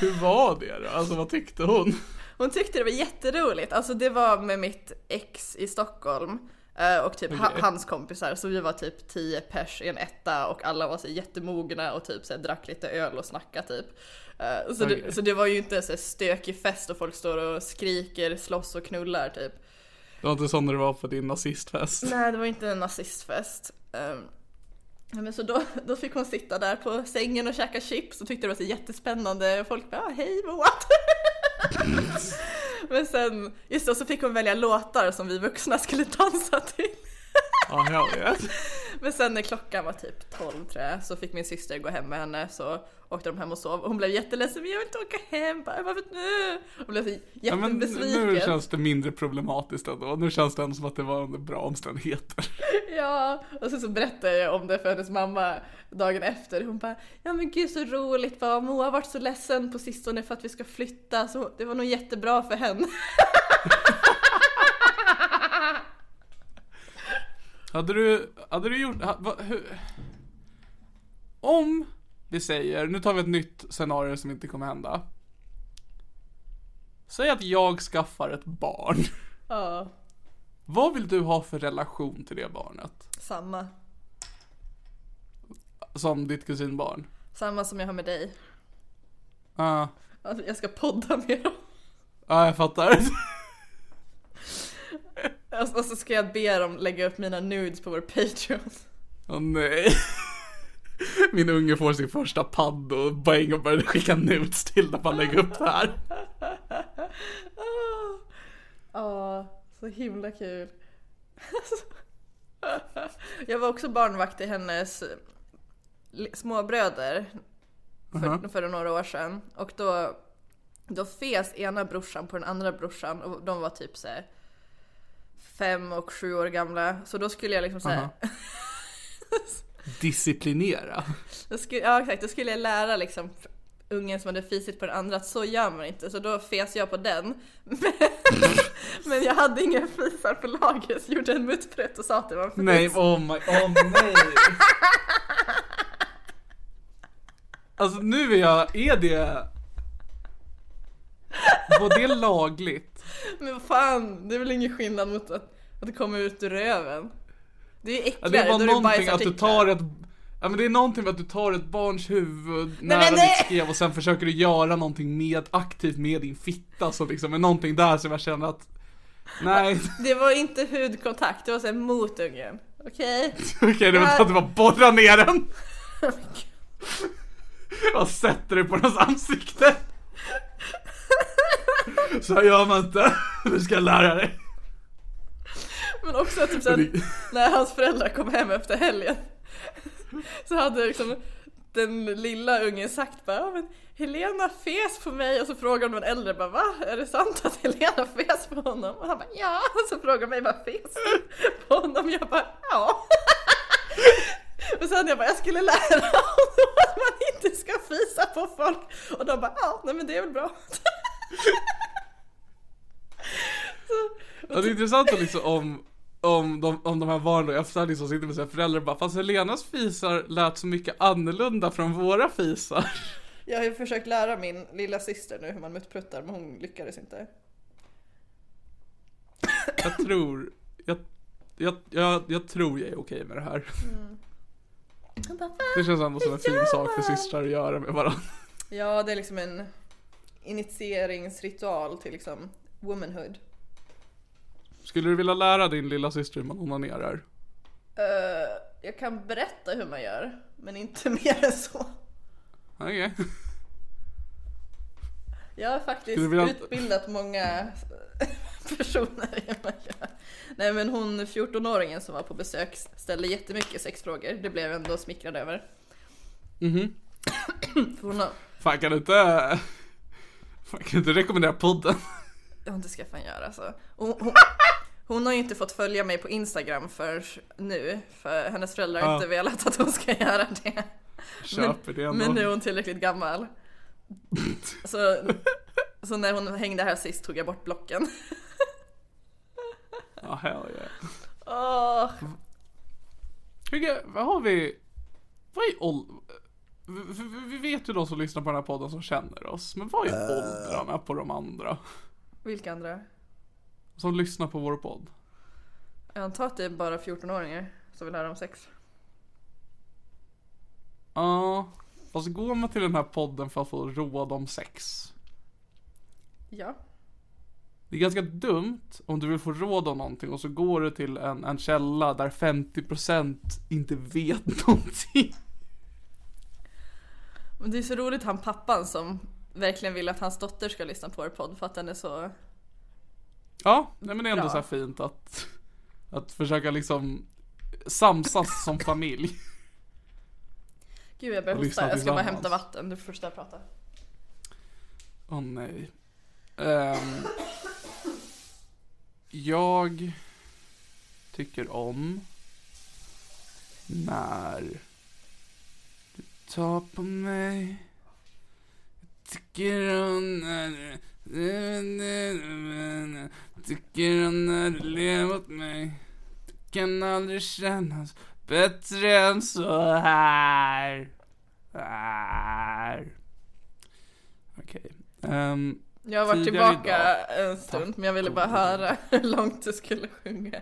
Hur var det då? Alltså vad tyckte hon?
Hon tyckte det var jätteroligt. Alltså det var med mitt ex i Stockholm. eh, Och typ ha-
Okej.
hans kompisar, så vi var typ 10 pers i en etta och alla var så jättemogna och typ så här, drack lite öl och snackade typ. Eh, Så,
Okej.
det, så det var ju inte en så här stökig fest och folk står och skriker, slåss och knullar typ.
Det var inte sån när du var på din nazistfest.
Nej, det var inte en nazistfest. Ehm, ja, men så då, då fick hon sitta där på sängen och käka chips och tyckte det var så jättespännande. Och Folk bara ah, “Hej Moat!” Men sen, just det, så fick hon välja låtar som vi vuxna skulle dansa till.
Ja, jag vet.
Men sen när klockan var typ 12 tror jag, så fick min syster gå hem med henne så åkte de hem och sov. Och Hon blev jätteledsen, men jag vill inte åka hem, bara, varför nu? Hon blev så
Ja, men
jättebesviken.
nu känns det mindre problematiskt ändå. Nu känns det ändå som att det var under bra omständigheter.
Ja, och sen så berättade jag om det för hennes mamma dagen efter. Hon bara, ja men gud så roligt bara, Moa har varit så ledsen på sistone för att vi ska flytta så det var nog jättebra för henne.
Hade du, hade du gjort, ha, va, hur? Om vi säger, nu tar vi ett nytt scenario som inte kommer hända. Säg att jag skaffar ett barn.
Ja,
Vad vill du ha för relation till det barnet?
samma.
Som ditt kusinbarn?
Samma som jag har med dig.
Ja,
Alltså, Jag ska podda med dem.
ja, ah, jag fattar.
Alltså, Och och så ska jag be dem lägga upp mina nudes på vår Patreon.
Åh nej. Min unge får sin första padd och poäng och börjar skicka nudes till när man lägger upp det här.
Ah. Ja, så himla kul. Alltså. Jag var också barnvakt i hennes li- småbröder för, för några år sedan. Och då, då fes ena brorsan på den andra brorsan och de var typ så här fem och sju år gamla. Så då skulle jag liksom så här,
Disciplinera.
Då skulle, ja exakt, då skulle jag lära liksom ungen som hade fisit på den andra att så gör man inte, så då fes jag på den. Men, men jag hade inga fisar på lager så jag gjorde en muttprutt och sa att det var en fis.
Nej, oh my, oh nej. Alltså nu är jag, är det... Var det lagligt?
Men vad fan, det är väl ingen skillnad mot att, att det kommer ut ur röven? Det är ju
Ja,
äckligare,
Det var
då typ- är
någonting att du
bajsartiklar.
tar ett... Ja men det är någonting med att du tar ett barns huvud
men
nära
nej!
ditt skrev och sen försöker du göra någonting med, aktivt med din fitta så liksom, men någonting där som jag känner att... Nej,
Det var inte hudkontakt, det var såhär mot ungen. Okej?
okej det var att du bara borrar ner
Oh
den. Och sätter dig på hans ansikte. Så här gör man inte. Du ska jag lära dig.
Men också att typ såhär,
Det-
när hans föräldrar kom hem efter helgen så hade liksom den lilla ungen sagt bara "Ja, men Helena fes på mig och så frågade hon den äldre bara va? Är det sant att Helena fes på honom? Och han bara ja och så frågade hon mig vad fes du på honom? Jag bara ja. Och sen jag bara jag skulle lära honom att man inte ska fisa på folk och de bara ja nej men det är väl bra.
Ja, det är intressant att liksom om, om, de, om de här barnen då i efterhand liksom sitter med sina föräldrar och bara Fast Helenas fisar lät så mycket annorlunda från våra fisar.
Jag har ju försökt lära min lilla syster nu hur man muttpruttar men hon lyckades inte.
Jag tror, jag, jag, jag, jag tror jag är okej med det här.
Hon bara, "Va?
Det känns ändå som en fin
Ja.
sak för systrar att göra med varandra.
Ja, det är liksom en initieringsritual till liksom womanhood.
Skulle du vilja lära din lilla syster hur man onanerar?
Eh, jag kan berätta hur man gör, men inte mer än så.
Okej.
Jag har faktiskt
Skulle du vilja-
utbildat många personer i hur man gör. Nej men hon 14-åringen som var på besök ställde jättemycket sexfrågor. Det blev jag ändå smickrad över.
Mhm.
För hon har,
Fan kan du inte, fan kan du inte rekommendera podden?
Ja, det ska jag fan göra alltså. Och Hon, hon, hon har ju inte fått följa mig på Instagram för nu, för hennes föräldrar har
Ja.
inte velat att hon ska göra det.
Köper det ändå.
Men nu är hon tillräckligt gammal. Så, så när hon hängde här sist tog jag bort blocken.
Ja, hell yeah.
Åh,
Hygge, vad har vi... Vad är ålder... Vi, vi vet ju de som lyssnar på den här podden som känner oss, men vad är åldrarna på de andra?
vilka andra?
Som lyssnar på vår podd?
Jag antar att det är bara 14-åringar som vill höra om sex.
Ja, fast går man till den här podden för att få råd om sex?
Ja.
Det är ganska dumt om du vill få råd om någonting och så går du till en, en källa där 50% inte vet någonting.
Men det är så roligt han pappan som verkligen vill att hans dotter ska lyssna på vår podd för att den är så...
Ja, nej men det är ändå
Bra.
så här fint att, att försöka liksom samsas som familj.
Gud jag börjar
Och lyssna
hosta, jag ska bara
tillsammans.
hämta vatten. Du får fortsätta prata.
Åh nej. Ehm, jag tycker om när du tar på mig. Jag tycker om när du... Tycker om när du ler mot mig. Det kan aldrig kännas bättre än så här. här. Okej. ehm,
Jag har varit
Tidigare
tillbaka en stund men jag ville bara höra hur långt du skulle sjunga.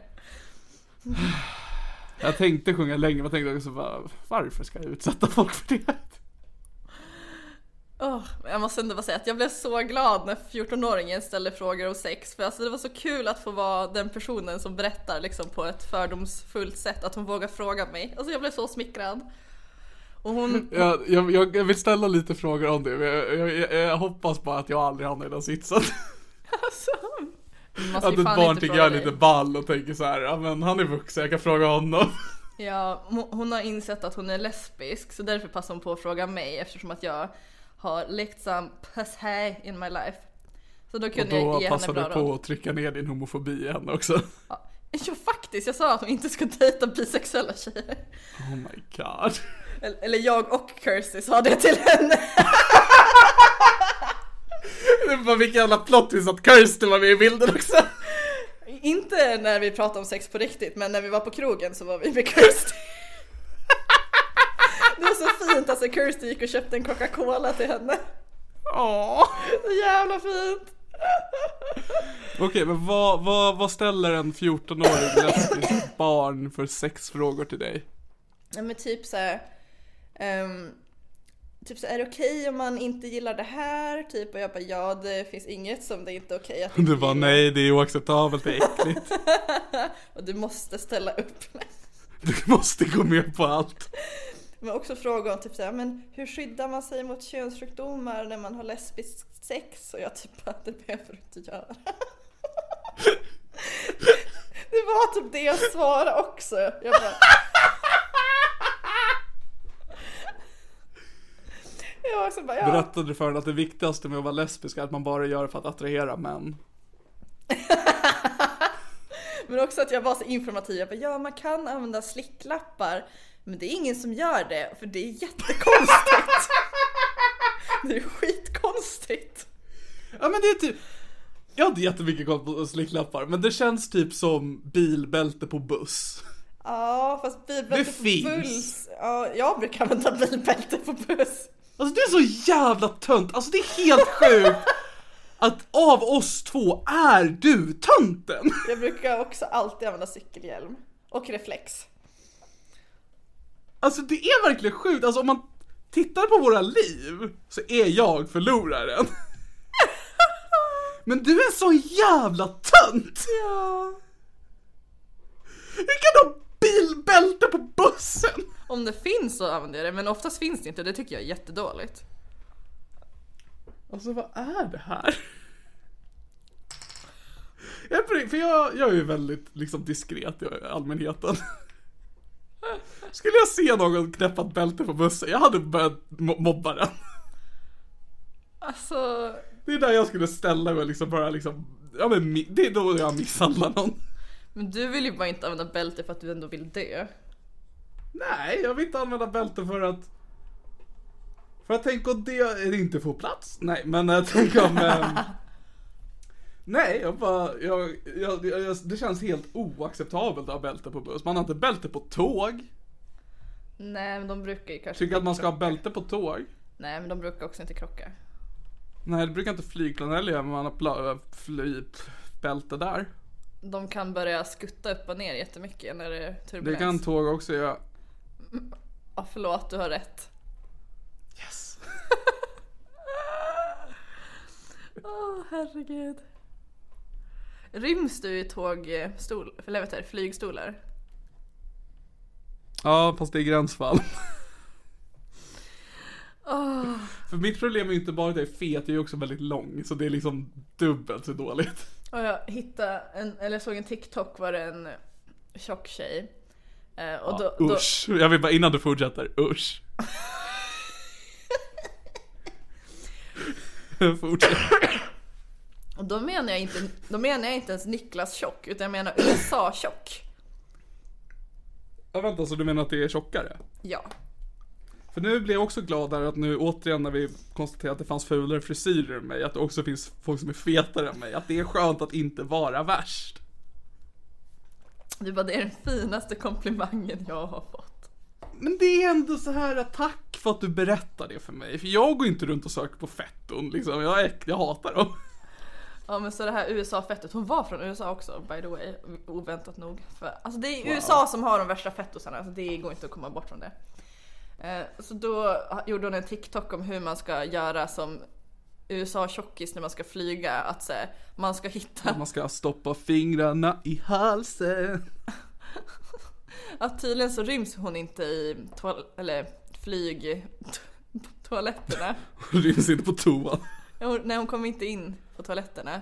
jag tänkte sjunga längre, men jag tänkte också bara, varför ska jag utsätta folk för det?
Åh, men jag måste ändå bara säga att jag blev så glad när 14-åringen ställde frågor om sex. För alltså det var så kul att få vara den personen som berättar liksom på ett fördomsfullt sätt. Att hon vågar fråga mig. Alltså jag blev så smickrad. Och hon...
Jag, jag, jag, jag vill ställa lite frågor om det, men jag, jag, jag, jag hoppas bara att jag aldrig hamnar i den sitsen.
Alltså, man ska
Att
ju
ett
fan
barn
inte
tycker
fråga
jag är
dig.
lite ball och tänker så här, ja men han är vuxen, jag kan fråga honom.
Ja, hon- hon har insett att hon är lesbisk så därför passar hon på att fråga mig eftersom att jag har läckt some pussy in my life. Så då
Och
kunde
då
jag ge henne
passar
bra
du på
råd.
att trycka ner din homofobi i henne också.
Ja, Ja, faktiskt, jag sa att hon inte skulle dejta bisexuella tjejer.
Oh my god.
Eller- Eller jag och Kirsty sa det till henne.
Det var vilken jävla plottis att Kirsty var med i bilden också.
Inte när vi pratade om sex på riktigt men när vi var på krogen så var vi med Kirsty. Det var så fint. Alltså Kirsty gick och köpte en Coca-Cola till henne.
Åh.
Så jävla fint!
Okej, men vad, vad, vad ställer en 14-årig lesbisk barn för sexfrågor till dig?
Nej men typ så här, ehm, Typ så här, är det okej om man inte gillar det här? Typ och jag bara ja det finns inget som det inte är okej att
Du bara nej, det är oacceptabelt, det är äckligt.
Och du måste ställa upp.
Du måste gå med på allt.
Men också fråga om typ så här, men hur skyddar man sig mot könssjukdomar när man har lesbiskt sex? Och jag typ bara, det behöver du inte göra. det var typ det jag svarade också. Jag bara... Jag var också bara, ja.
Berättade du för henne att det viktigaste med att vara lesbisk är att man bara gör det för att attrahera män?
Men också att jag var så informativ. Jag bara, ja man kan använda slicklappar. Men det är ingen som gör det, för det är jättekonstigt. det är skitkonstigt.
Ja men det är typ Jag har inte jättemycket koll på slicklappar men det känns typ som bilbälte på buss
Ja, fast bilbälte
Det
på
finns.
buss. Ja, jag brukar använda bilbälte på buss.
Alltså det är så jävla tönt, alltså det är helt sjukt Att av oss två är du tönten!
Jag brukar också alltid använda cykelhjälm. Och reflex.
Alltså det är verkligen sjukt, alltså om man tittar på våra liv så är jag förloraren Men du är så jävla tönt! Ja Hur kan du ha bilbälte på bussen?
Om det finns så använder jag det, men oftast finns det inte. Det tycker jag är jättedåligt.
Alltså vad är det här? Jag, är på det- för jag, jag är ju väldigt liksom diskret i allmänheten. Skulle jag se någon knäppa ett bälte på bussen, jag hade börjat mo- mobba den.
Alltså,
Det är där jag skulle ställa mig och liksom bara liksom, ja men mi- det är då jag misshandlar någon.
men du vill ju bara inte använda bälte för att du ändå vill dö.
Nej, jag vill inte använda bälte för att... För att tänka att det är inte får plats. Nej, men jag tänker om... ehm, nej, jag bara... Jag, jag, jag, det känns helt oacceptabelt att ha bälte på buss. Man har inte bälte på tåg.
Nej, men de brukar ju kanske
Tycker att man ska ha
krocka.
bälte på tåg.
Nej, men de brukar också inte krocka.
Nej, det brukar inte flygplan heller göra, men man har pla- fly, bälte där.
De kan börja skutta upp och ner jättemycket när det är
Det
turbulens.
kan tåg också göra.
Ja, förlåt, du har rätt.
Yes!
Åh, herregud. Ryms du i tågstol, eller vet du, flygstolar?
Ja, fast det är gränsfall. För mitt problem är ju inte bara att jag är fet, jag är ju också väldigt lång. Så det är liksom dubbelt så dåligt.
Och jag hittade en, eller såg en TikTok var det en tjock tjej. Eh, och då, då,
Usch. Jag vill bara, innan du fortsätter, usch. Fortsätt.
och då, menar jag inte, då menar jag inte ens Niklas tjock, utan jag menar USA tjock.
Ja, vänta, så du menar att det är tjockare?
Ja.
För nu blir jag också glad där att nu återigen när vi konstaterar att det fanns fulare frisyrer än mig, att det också finns folk som är fetare än mig. Att det är skönt att inte vara värst.
Du bara, det är den finaste komplimangen jag har fått.
Men det är ändå så här att tack för att du berättar det för mig. För jag går inte runt och söker på fetton liksom. Jag, är, äck- jag hatar dem.
Ja men så det här USA-fettet, hon var från USA också by the way, oväntat nog. För, alltså det är USA som har de värsta fettosarna, alltså det går inte att komma bort från det. Eh, Så då gjorde hon en TikTok om hur man ska göra som USA-tjockis när man ska flyga, att så här, man ska hitta,
Man ska stoppa fingrarna i halsen.
att tydligen så ryms hon inte i toal- eller flyg toaletterna.
Ryms inte på toan.
Ja, hon- Nej hon kom inte in på toaletterna.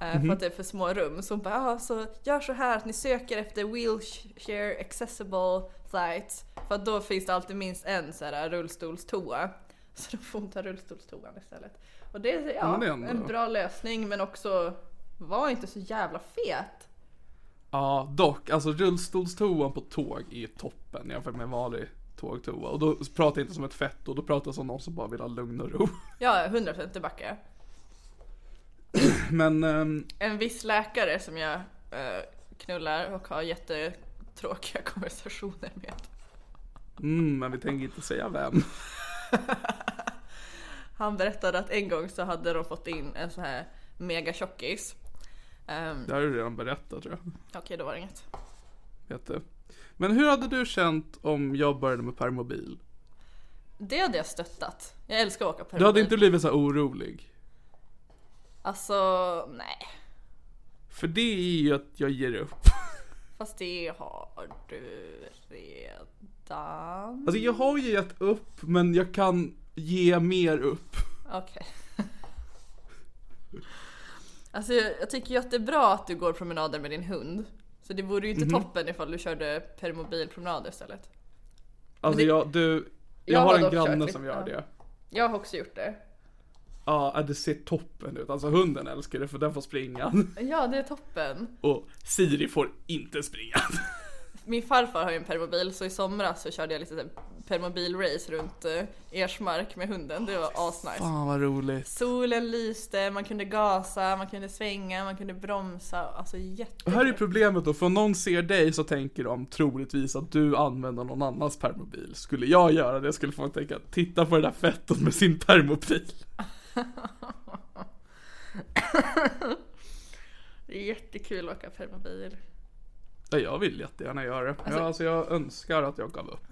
eh,
Mhm.
För att det är för små rum. Så hon bara, ah, så gör så här att ni söker efter wheelchair accessible flights. För att då finns det alltid minst en så här rullstolstoa. Så då får hon ta rullstolstoan istället. Och det är
men
ja,
det är ändå-
en bra lösning men också var inte så jävla fet.
Ja, dock. Alltså rullstolstoan på tåg är ju toppen jämfört med en vanlig tågtoa. Och då pratar jag inte som ett fetto, då pratar jag som någon som bara vill ha lugn och ro.
Ja, 100% tillbaka.
Men ehm,
en viss läkare som jag eh, knullar och har jättetråkiga konversationer med.
Mm, men vi tänker inte säga vem.
Han berättade att en gång så hade de fått in en så här mega tjockis. Ehm,
Det har du redan berättat tror jag.
Okej, då var det inget.
Vet du. Men hur hade du känt om jag började med permobil?
Det hade jag stöttat. Jag älskar att åka permobil.
Du hade inte blivit så här orolig?
Alltså, nej.
För det är ju att jag ger upp.
Fast det har du redan.
Alltså jag har ju gett upp men jag kan ge mer upp.
Okej. alltså jag, jag tycker ju att det är bra att du går promenader med din hund. Så det vore ju inte
Mhm.
toppen ifall du körde permobilpromenader istället.
Alltså
det-
jag, du, jag,
Jag
har
har
en
dock kört
granne
lite,
som gör
ja.
det.
Jag har också gjort det.
Ja, äh, det ser toppen ut. Alltså hunden älskar det för den får springa.
Ja, det är toppen.
Och Siri får inte springa.
Min farfar har ju en permobil så i somras så körde jag lite så här permobilrace runt eh, Ersmark med hunden. Det var asnice.
Fan Ah, vad roligt.
Solen lyste, man kunde gasa, man kunde svänga, man kunde bromsa. Alltså jätte...
Och här är problemet då, för om någon ser dig så tänker de troligtvis att du använder någon annans permobil. Skulle jag göra det skulle folk tänka, titta på det där fettot med sin permobil.
Det är jättekul att åka permobil.
Ja, jag vill jättegärna göra det. ja, alltså jag önskar att jag gav upp.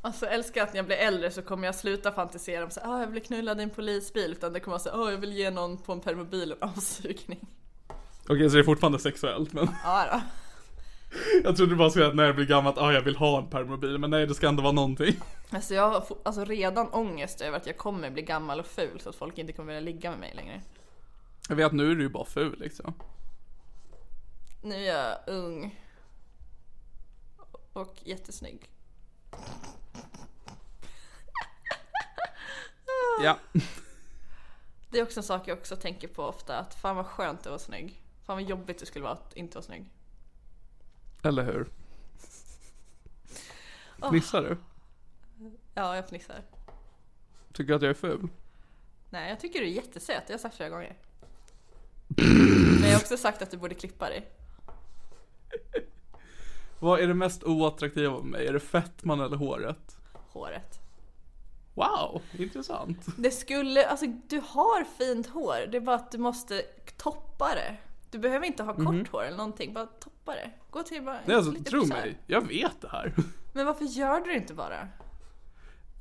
Alltså jag älskar att när jag blir äldre så kommer jag sluta fantisera om så här, ah, jag vill knulla din polisbil. Utan det kommer vara så här, ah, jag vill ge någon på en permobil en avsugning.
Okej, så det är fortfarande sexuellt men.
Ja då.
Jag trodde du bara skulle säga att när jag blir gammal, ah jag vill ha en permobil, men nej det ska ändå vara någonting.
Alltså jag har fo- alltså, redan ångest över att jag kommer bli gammal och ful så att folk inte kommer vilja ligga med mig längre.
Jag vet, nu är du ju bara ful liksom.
Nu är jag ung. Och jättesnygg.
Ja.
Det är också en sak jag också tänker på ofta, att fan vad skönt det var snygg. Fan vad jobbigt det skulle vara att inte vara snygg.
Eller hur? Fnissar du?
Ja, jag fnissar.
Tycker du att jag är ful?
Nej, jag tycker du är jättesöt, jag har sagt flera gånger. Men jag har också sagt att du borde klippa dig.
Vad är det mest oattraktiva av mig? Är det fettman eller håret?
Håret.
Wow, intressant.
Det skulle, alltså du har fint hår, det är bara att du måste toppa det. Du behöver inte ha kort hår eller någonting, bara toppa det. Gå till bara
Mhm. Nej alltså,
lite
tro
frisör.
mig, jag vet det här.
Men varför gör du det inte bara?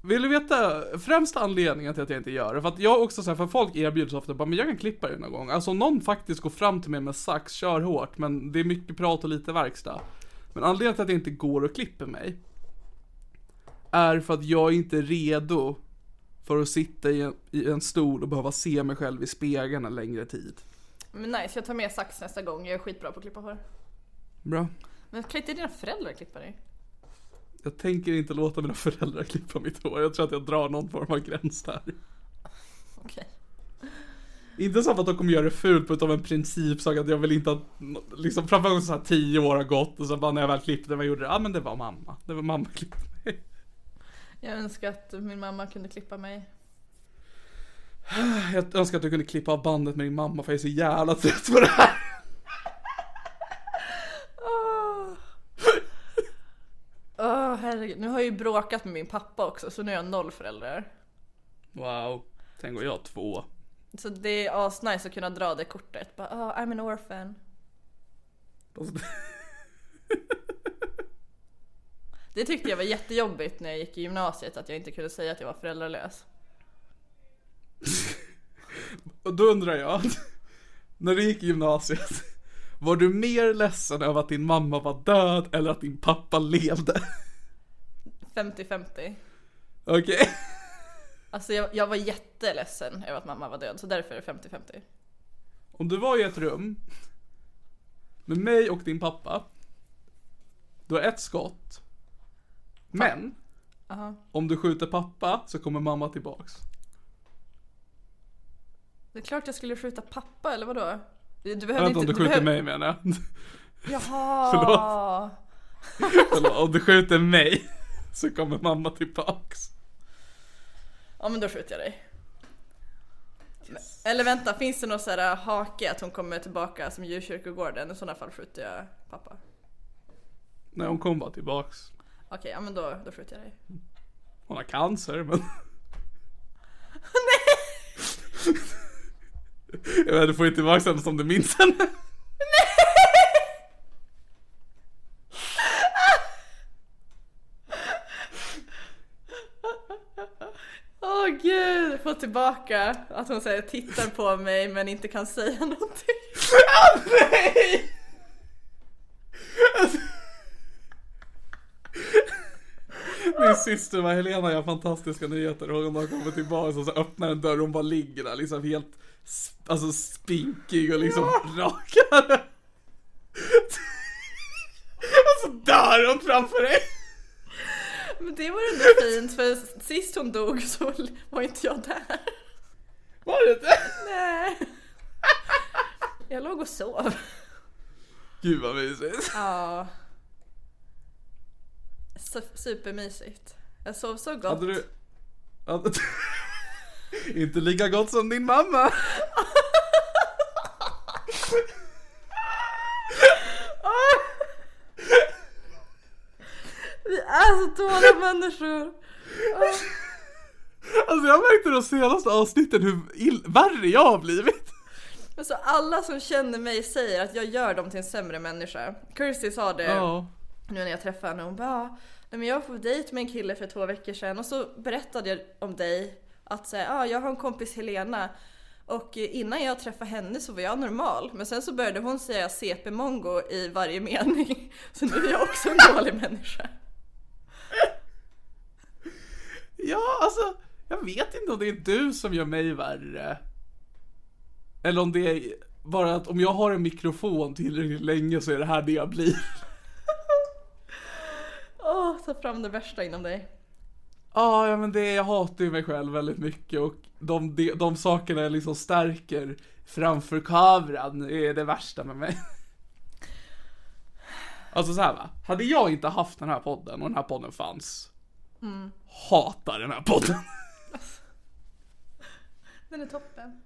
Vill du veta främsta anledningen till att jag inte gör det? För att jag också säger för folk erbjuds ofta bara, men jag kan klippa dig någon gång. Alltså om någon faktiskt går fram till mig med sax, kör hårt, men det är mycket prat och lite verkstad. Men anledningen till att jag inte går och klipper mig är för att jag är inte är redo för att sitta i en, i en stol och behöva se mig själv i spegeln en längre tid.
Men nice, jag tar med sax nästa gång, jag är skitbra på att klippa hår.
Bra.
Men kan inte dina föräldrar klippa dig?
Jag tänker inte låta mina föräldrar klippa mitt hår. Jag tror att jag drar någon form av gräns där.
Okej.
Inte så att de kommer göra det fult utan en principsak att jag vill inte att, liksom framför allt så här tio år har gått och så bara när jag väl klippte mig gjorde det, ja ah, men det var mamma. Det var mamma klippte mig.
Jag önskar att min mamma kunde klippa mig.
Jag önskar att du kunde klippa av bandet med din mamma för jag är så jävla trött på det här. Ah.
Åh herregud, nu har jag ju bråkat med min pappa också så nu har jag noll föräldrar.
Wow. Tänk och jag två.
Så det är asnice att kunna dra det kortet. Bara oh, I'm an orphan.
Alltså,
Det tyckte jag var jättejobbigt när jag gick i gymnasiet att jag inte kunde säga att jag var föräldralös.
Och då undrar jag, när du gick i gymnasiet, var du mer ledsen över att din mamma var död eller att din pappa levde?
50-50.
Okej?
Alltså jag, jag var jätteledsen över att mamma var död så därför är det 50-50.
Om du var i ett rum med mig och din pappa, du har ett skott. Men, om du skjuter pappa så kommer mamma tillbaks.
Det är klart jag skulle skjuta pappa eller vadå? Du du
Jag
behövde
vet inte om du skjuter
behöv-
mig menar jag.
Jaha!
Förlåt. Eller om du skjuter mig så kommer mamma tillbaks.
Ja men då skjuter jag dig. Eller vänta, finns det någon sån här äh, hake att hon kommer tillbaka som djurkyrkogården? I sådana fall skjuter jag pappa.
Nej, hon kommer bara tillbaks.
Ja Okej, ja men då, då skjuter jag dig.
Hon har cancer men... Nej! Jag vet, du får inte vara sämst som du minns henne.
Åh gud, jag får tillbaka att hon säger tittar på mig men inte kan säga någonting.
Ah, nej! Alltså- Min syster var Helena gör fantastiska nyheter och hon har kommit tillbaka och så öppnar en dörr och hon bara ligger där liksom helt sp- alltså spinkig och liksom rakare. Och så Alltså, dör hon framför dig.
Men det var ändå fint för sist hon dog så var inte jag där.
Var det inte?
Nej. Jag låg och sov.
Gud vad mysigt.
Ja. Su- Supermysigt. Jag sov så gott.
Hade du... Hade... Inte lika gott som din mamma.
Vi är så dåliga människor.
Alltså jag märkte de senaste avsnitten hur ill... värre jag har blivit.
Alltså alla som känner mig säger att jag gör dem till en sämre människa. Kirsty sa det
Ja.
nu när jag träffade henne. Hon bara "Ah, Nej, men jag var på dejt med en kille för två veckor sedan och så berättade jag om dig. Att säga, ah, jag har en kompis Helena. Och eh, innan jag träffade henne så var jag normal. Men sen så började hon säga CP-mongo i varje mening. Så nu är jag också en dålig människa.
Ja, alltså, jag vet inte om det är du som gör mig värre. Eller om det är bara att om jag har en mikrofon tillräckligt länge så är det här det jag blir.
Åh, ta fram det värsta inom dig.
Ah, ja, men det, jag hatar ju mig själv väldigt mycket och de, de, de sakerna jag liksom stärker framför kameran är det värsta med mig. Alltså så här va, hade jag inte haft den här podden och den här podden fanns. Hatar den här podden.
Den är toppen.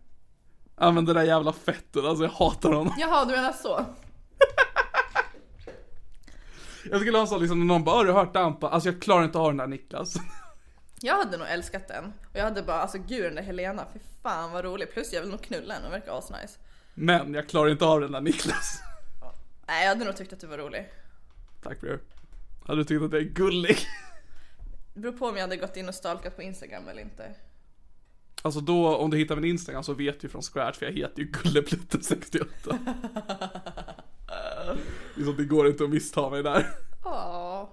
Ja men den där jävla fetten, alltså jag hatar honom.
Jaha, du menar så?
Jag skulle ha en sån liksom, när någon bara "Har du hört Dampa? Alltså jag klarar inte av den där Niklas.
Jag hade nog älskat den. Och jag hade bara, alltså gud den där Helena, fy fan vad rolig. Plus jag vill nog knulla henne, hon verkar asnice.
Men jag klarar inte av den där Niklas.
Nej, jag hade nog tyckt att du var rolig.
Tack bror. Hade du tyckt att jag är gullig?
Det beror på om jag hade gått in och stalkat på Instagram eller inte.
Alltså då, om du hittar min Instagram så vet du från scratch för jag heter ju Gulleplutten68. liksom det går inte att missta mig där.
Åh,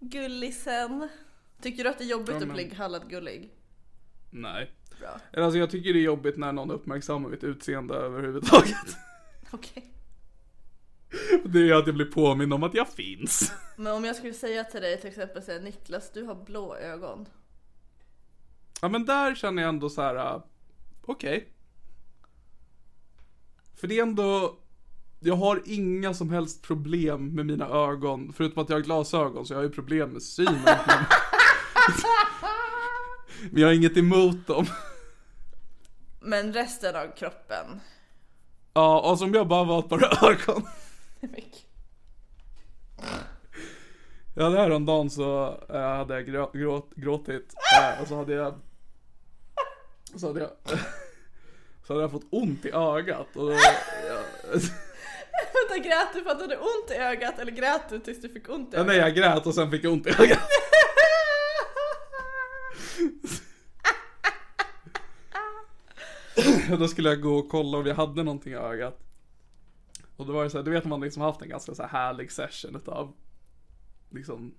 gullisen. Tycker du att det är jobbigt
Ja, men-
att bli kallad gullig?
Nej.
Bra.
Eller alltså jag tycker det är jobbigt när någon uppmärksammar mitt utseende överhuvudtaget.
Okej.
det är att jag blir påmind om att jag finns.
Men om jag skulle säga till dig till exempel säga Niklas, du har blå ögon.
Ja men där känner jag ändå så här. äh, okej. För det är ändå, jag har inga som helst problem med mina ögon, förutom att jag har glasögon så jag har ju problem med synen. men, men jag har inget emot dem.
Men resten av kroppen.
Ja, och som jag bara var ett par ögon. Jag hade häromdagen så eh, hade jag grå, gråt, gråtit eh, och så hade jag så hade jag så hade jag fått ont i ögat och då, jag,
Vänta, grät du för att du hade ont i ögat eller grät du tills du fick ont i
Ja,
ögat?
nej, jag grät och sen fick jag ont i ögat. Och Då skulle jag gå och kolla om jag hade någonting i ögat. Och då var det så här, du vet när man liksom haft en ganska så här härlig session utav liksom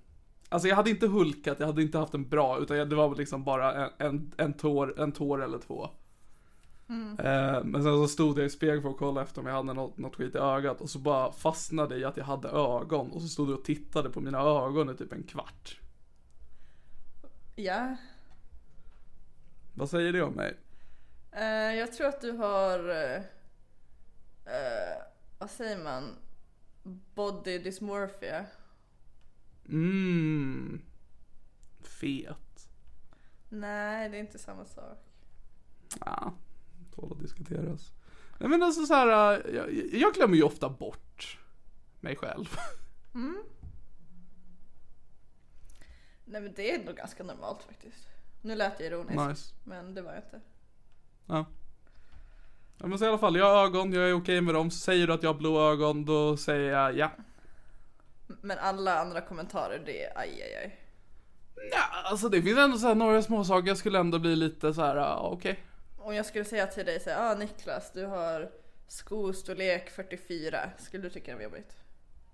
Alltså jag hade inte hulkat, jag hade inte haft en bra, utan jag, det var liksom bara en, en, en, tår, en tår eller två. Eh, men sen så stod jag i spegeln för att kolla efter om jag hade något, något skit i ögat och så bara fastnade jag i att jag hade ögon och så stod jag och tittade på mina ögon i typ en kvart.
Ja.
Vad säger det om mig?
Eh, jag tror att du har... eh, eh, vad säger man? Body dysmorphia.
Mm. Fet.
Nej, det är inte samma sak.
Ja, tål att diskuteras. Nej men alltså så här, eh, jag, jag glömmer ju ofta bort mig själv.
Nej men det är nog ganska normalt faktiskt. Nu lät jag ironisk.
Nice.
Men det var jag inte.
Ja. ja men så i alla fall, jag har ögon, jag är okej med dem. Säger du att jag har blå ögon, då säger jag ja.
Men alla andra kommentarer det är aj, aj, aj.
Ja, alltså det finns ändå så här några små saker jag skulle ändå bli lite så här, ja, okej.
Om jag skulle säga till dig så här, ah Niklas du har skostorlek 44. Skulle du tycka det var jobbigt?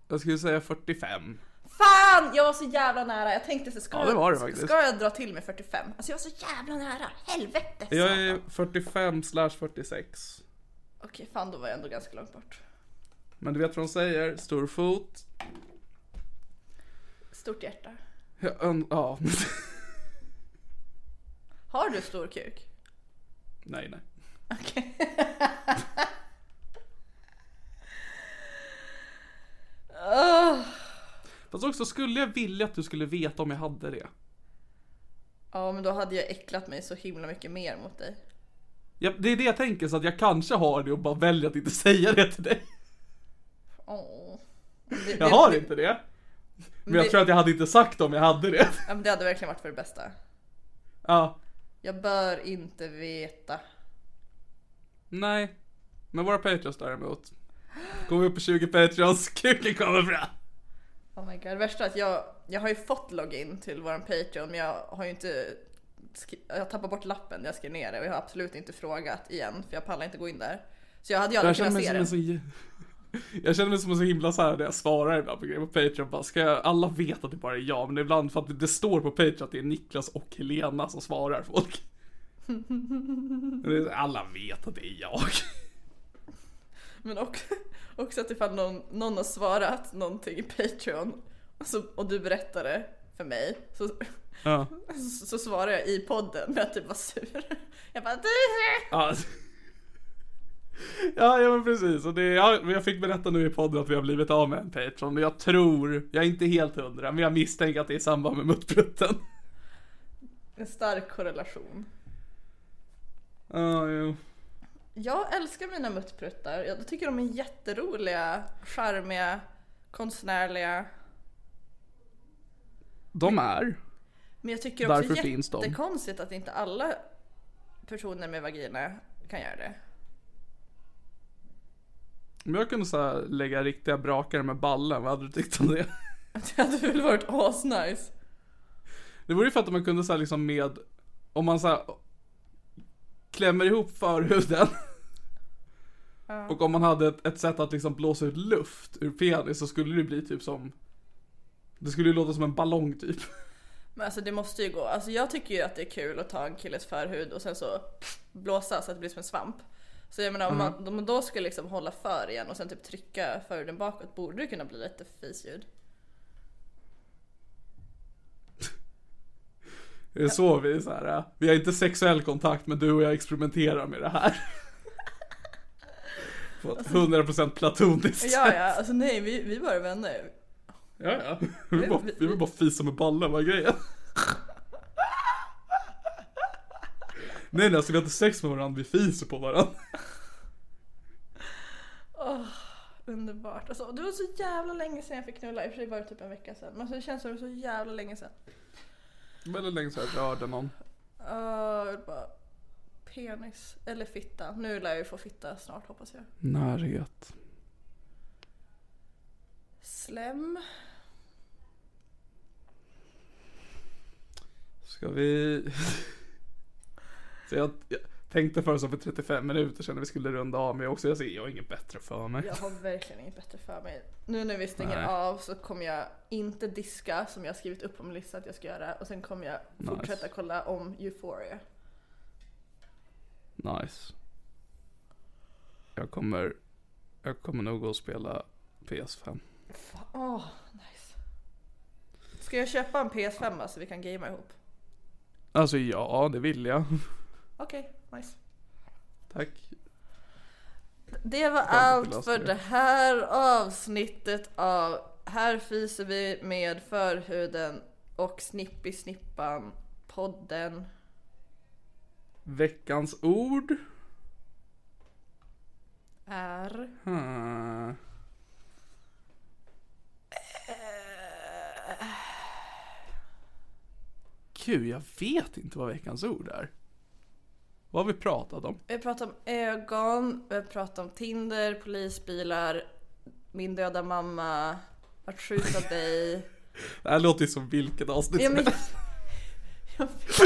Jag skulle säga 45.
Fan! Jag var så jävla nära. Jag tänkte så ska,
Ja, det var det
jag,
faktiskt.
ska jag dra till med 45? Alltså jag var så jävla nära. Helvete.
Jag
satan.
är 45 slash 46.
Okej fan då var jag ändå ganska långt bort.
Men du vet vad de säger? Stor fot.
Stort hjärta.
Jag ön- ja.
Har du stor kuk?
nej, nej.
Okej. Åh.
Fast också skulle jag vilja att du skulle veta om jag hade det.
Ja men då hade jag äcklat mig så himla mycket mer mot dig.
Ja, det är det jag tänker, så att jag kanske har det och bara väljer att inte säga det till dig.
Åh. Det,
Jag har inte det. Men jag
det-
tror att jag hade inte sagt det om jag hade det.
Ja, men det hade verkligen varit för det bästa.
Ja.
Jag bör inte veta.
Nej. Men våra Patreons däremot. Kommer vi upp på 20 Patreons, kuken kommer fram.
Oh my god, värsta är att jag, jag har ju fått login till våran Patreon men jag har ju inte skri- jag tappar bort lappen där jag skrev ner det och jag har absolut inte frågat igen för jag pallar inte gå in där. Så jag hade ju
Jag
aldrig
känner
kunnat
mig
se
som
den.
en så... jä- Jag känner mig som en så himla så här när jag svarar ibland på grejer på Patreon. Bara, ska jag... Alla vet att det bara är jag, men ibland för att det står på Patreon att det är Niklas och Helena som svarar folk. Men det är så här, Alla vet att det är jag.
Men också, också att ifall någon, någon har svarat någonting i Patreon och, så, och du berättar det för mig så,
Ja.
så, så svarar jag i podden med att typ vara sur. Jag bara du!
Ja, ja, ja men precis. Och det, ja, men jag fick berätta nu i podden att vi har blivit av med en Patreon. Men jag tror, jag är inte helt hundra, men jag misstänker att det är i samband med muttprutten.
En stark korrelation.
Ja, jo.
Jag älskar mina muttpruttar. Jag tycker de är jätteroliga, charmiga, konstnärliga.
De är.
Men jag tycker också
Därför
det är
finns de.
jättekonstigt att inte alla personer med vagina kan göra det.
Om jag kunde så här lägga riktiga brakar med ballen, vad hade du tyckt om det?
Det hade väl varit asnice.
Det vore ju för att man kunde så här liksom med, om man så här klämmer ihop förhuden. Och om man hade ett, ett sätt att liksom blåsa ut luft ur penis så skulle det bli typ som, det skulle ju låta som en ballong typ.
Men alltså det måste ju gå. Alltså jag tycker ju att det är kul att ta en killes förhud och sen så blåsa så att det blir som en svamp. Så jag menar om
Mm.
man om man då skulle liksom hålla för igen och sen typ trycka förhuden bakåt borde det kunna bli lite fisljud.
Det är så vi är så här, äh, vi har inte sexuell kontakt men du och jag experimenterar med det här. På ett 100% platoniskt
Alltså- Ja
sätt.
ja, alltså nej vi, vi bara vänner.
Ja, ja. Vi vill bara, vi vill bara fisa med ballen, vad är grejen? Nej, nej, alltså vi har inte sex med varandra, vi fiser på varandra.
Underbart. Alltså, det var så jävla länge sedan jag fick knulla. I och för sig var det typ en vecka sedan. Men alltså, det känns som det var så jävla länge sedan.
Väldigt länge sedan jag rörde någon.
Uh, jag vill bara penis. Eller fitta. Nu lär jag ju få fitta snart hoppas jag.
Närhet.
Slem.
Ska vi... Så jag, jag tänkte för så för 35 minuter sedan när vi skulle runda av, men jag också, jag ser, jag har inget bättre för mig.
Jag har verkligen inget bättre för mig. Nu när vi stänger
Nej.
av så kommer jag inte diska som jag skrivit upp på min lista att jag ska göra. Och sen kommer jag
Nice.
fortsätta kolla om Euphoria.
Nice. Jag kommer, jag kommer nog gå och spela PS5.
Åh, nice. Ska jag köpa en PS5 så vi kan gamea ihop?
Alltså ja, det vill jag.
Okej, nice.
Tack.
Det var
för
allt
last
för
year.
det här avsnittet av Här fiser vi med förhuden och Snippi Snippan podden.
Veckans ord.
Är...
Hmm. Gud, jag vet inte vad veckans ord är. Vad har vi pratat om?
Vi har pratat om ögon, vi har pratat om Tinder, polisbilar, min döda mamma, att skjuta dig.
Det här låter ju som vilket avsnitt
Ja,
som
men...
helst.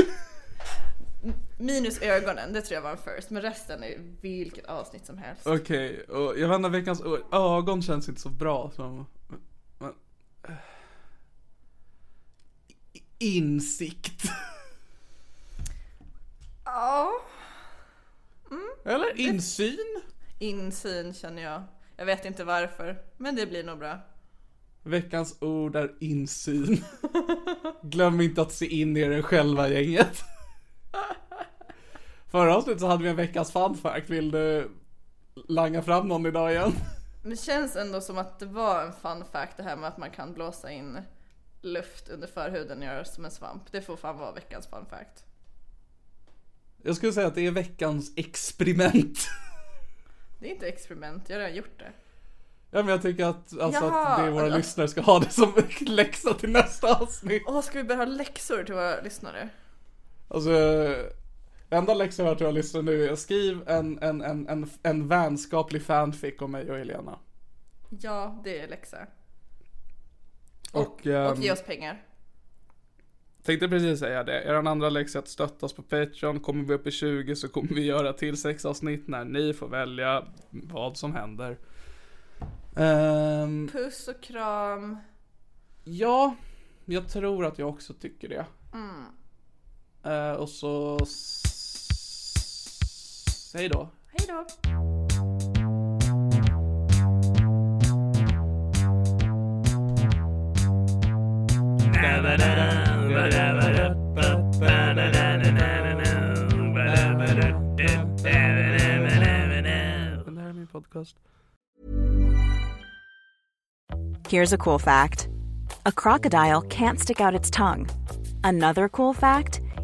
Minus ögonen, det tror jag var en first, men resten är vilket avsnitt som helst.
Okej, och jag vet inte, veckans ord. Ögon känns inte så bra som... Men, eh, insikt.
Ja.
Eller insyn.
Insyn känner jag. Jag vet inte varför, men det blir nog bra.
Veckans ord är insyn. Glöm inte att se in i er själva gänget. Förra avsnittet så hade vi en veckans fun fact. Vill du langa fram någon idag igen?
Men det känns ändå som att det var en fun fact det här med att man kan blåsa in luft under förhuden och göra det som en svamp. Det får fan vara veckans fun fact.
Jag skulle säga att det är veckans experiment.
Det är inte experiment, jag har redan gjort det.
Ja men jag tycker att, alltså, att
Jaha,
det är våra
ja.
lyssnare ska ha det som läxa till nästa avsnitt.
Åh, ska vi börja ha läxor till våra lyssnare?
Alltså, enda läxan jag har till våra lyssnare nu är skriv en, en, en, en, en vänskaplig fanfic om mig och Helena.
Ja, det är läxa.
Och, ehm,
Och ge oss pengar.
Tänkte precis säga det. Er andra läxa är att stötta oss på Patreon. Kommer vi upp i 20 så kommer vi göra till sex avsnitt när ni får välja vad som händer. Ehm,
Puss och kram.
ja, jag tror att jag också tycker det. Eh, och så... s- Säg då.
Hej då!
Det här är min podcast.
Here's a cool fact a crocodile can't stick out its tongue. Another cool fact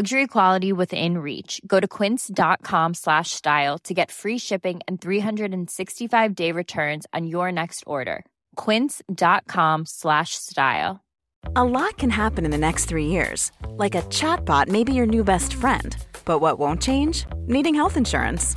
Luxury quality within reach. Go to quince.com slash style to get free shipping and 365 day returns on your next order. Quince.com slash style.
A lot can happen in the next three years. Like a chatbot may be your new best friend. But what won't change? Needing health insurance.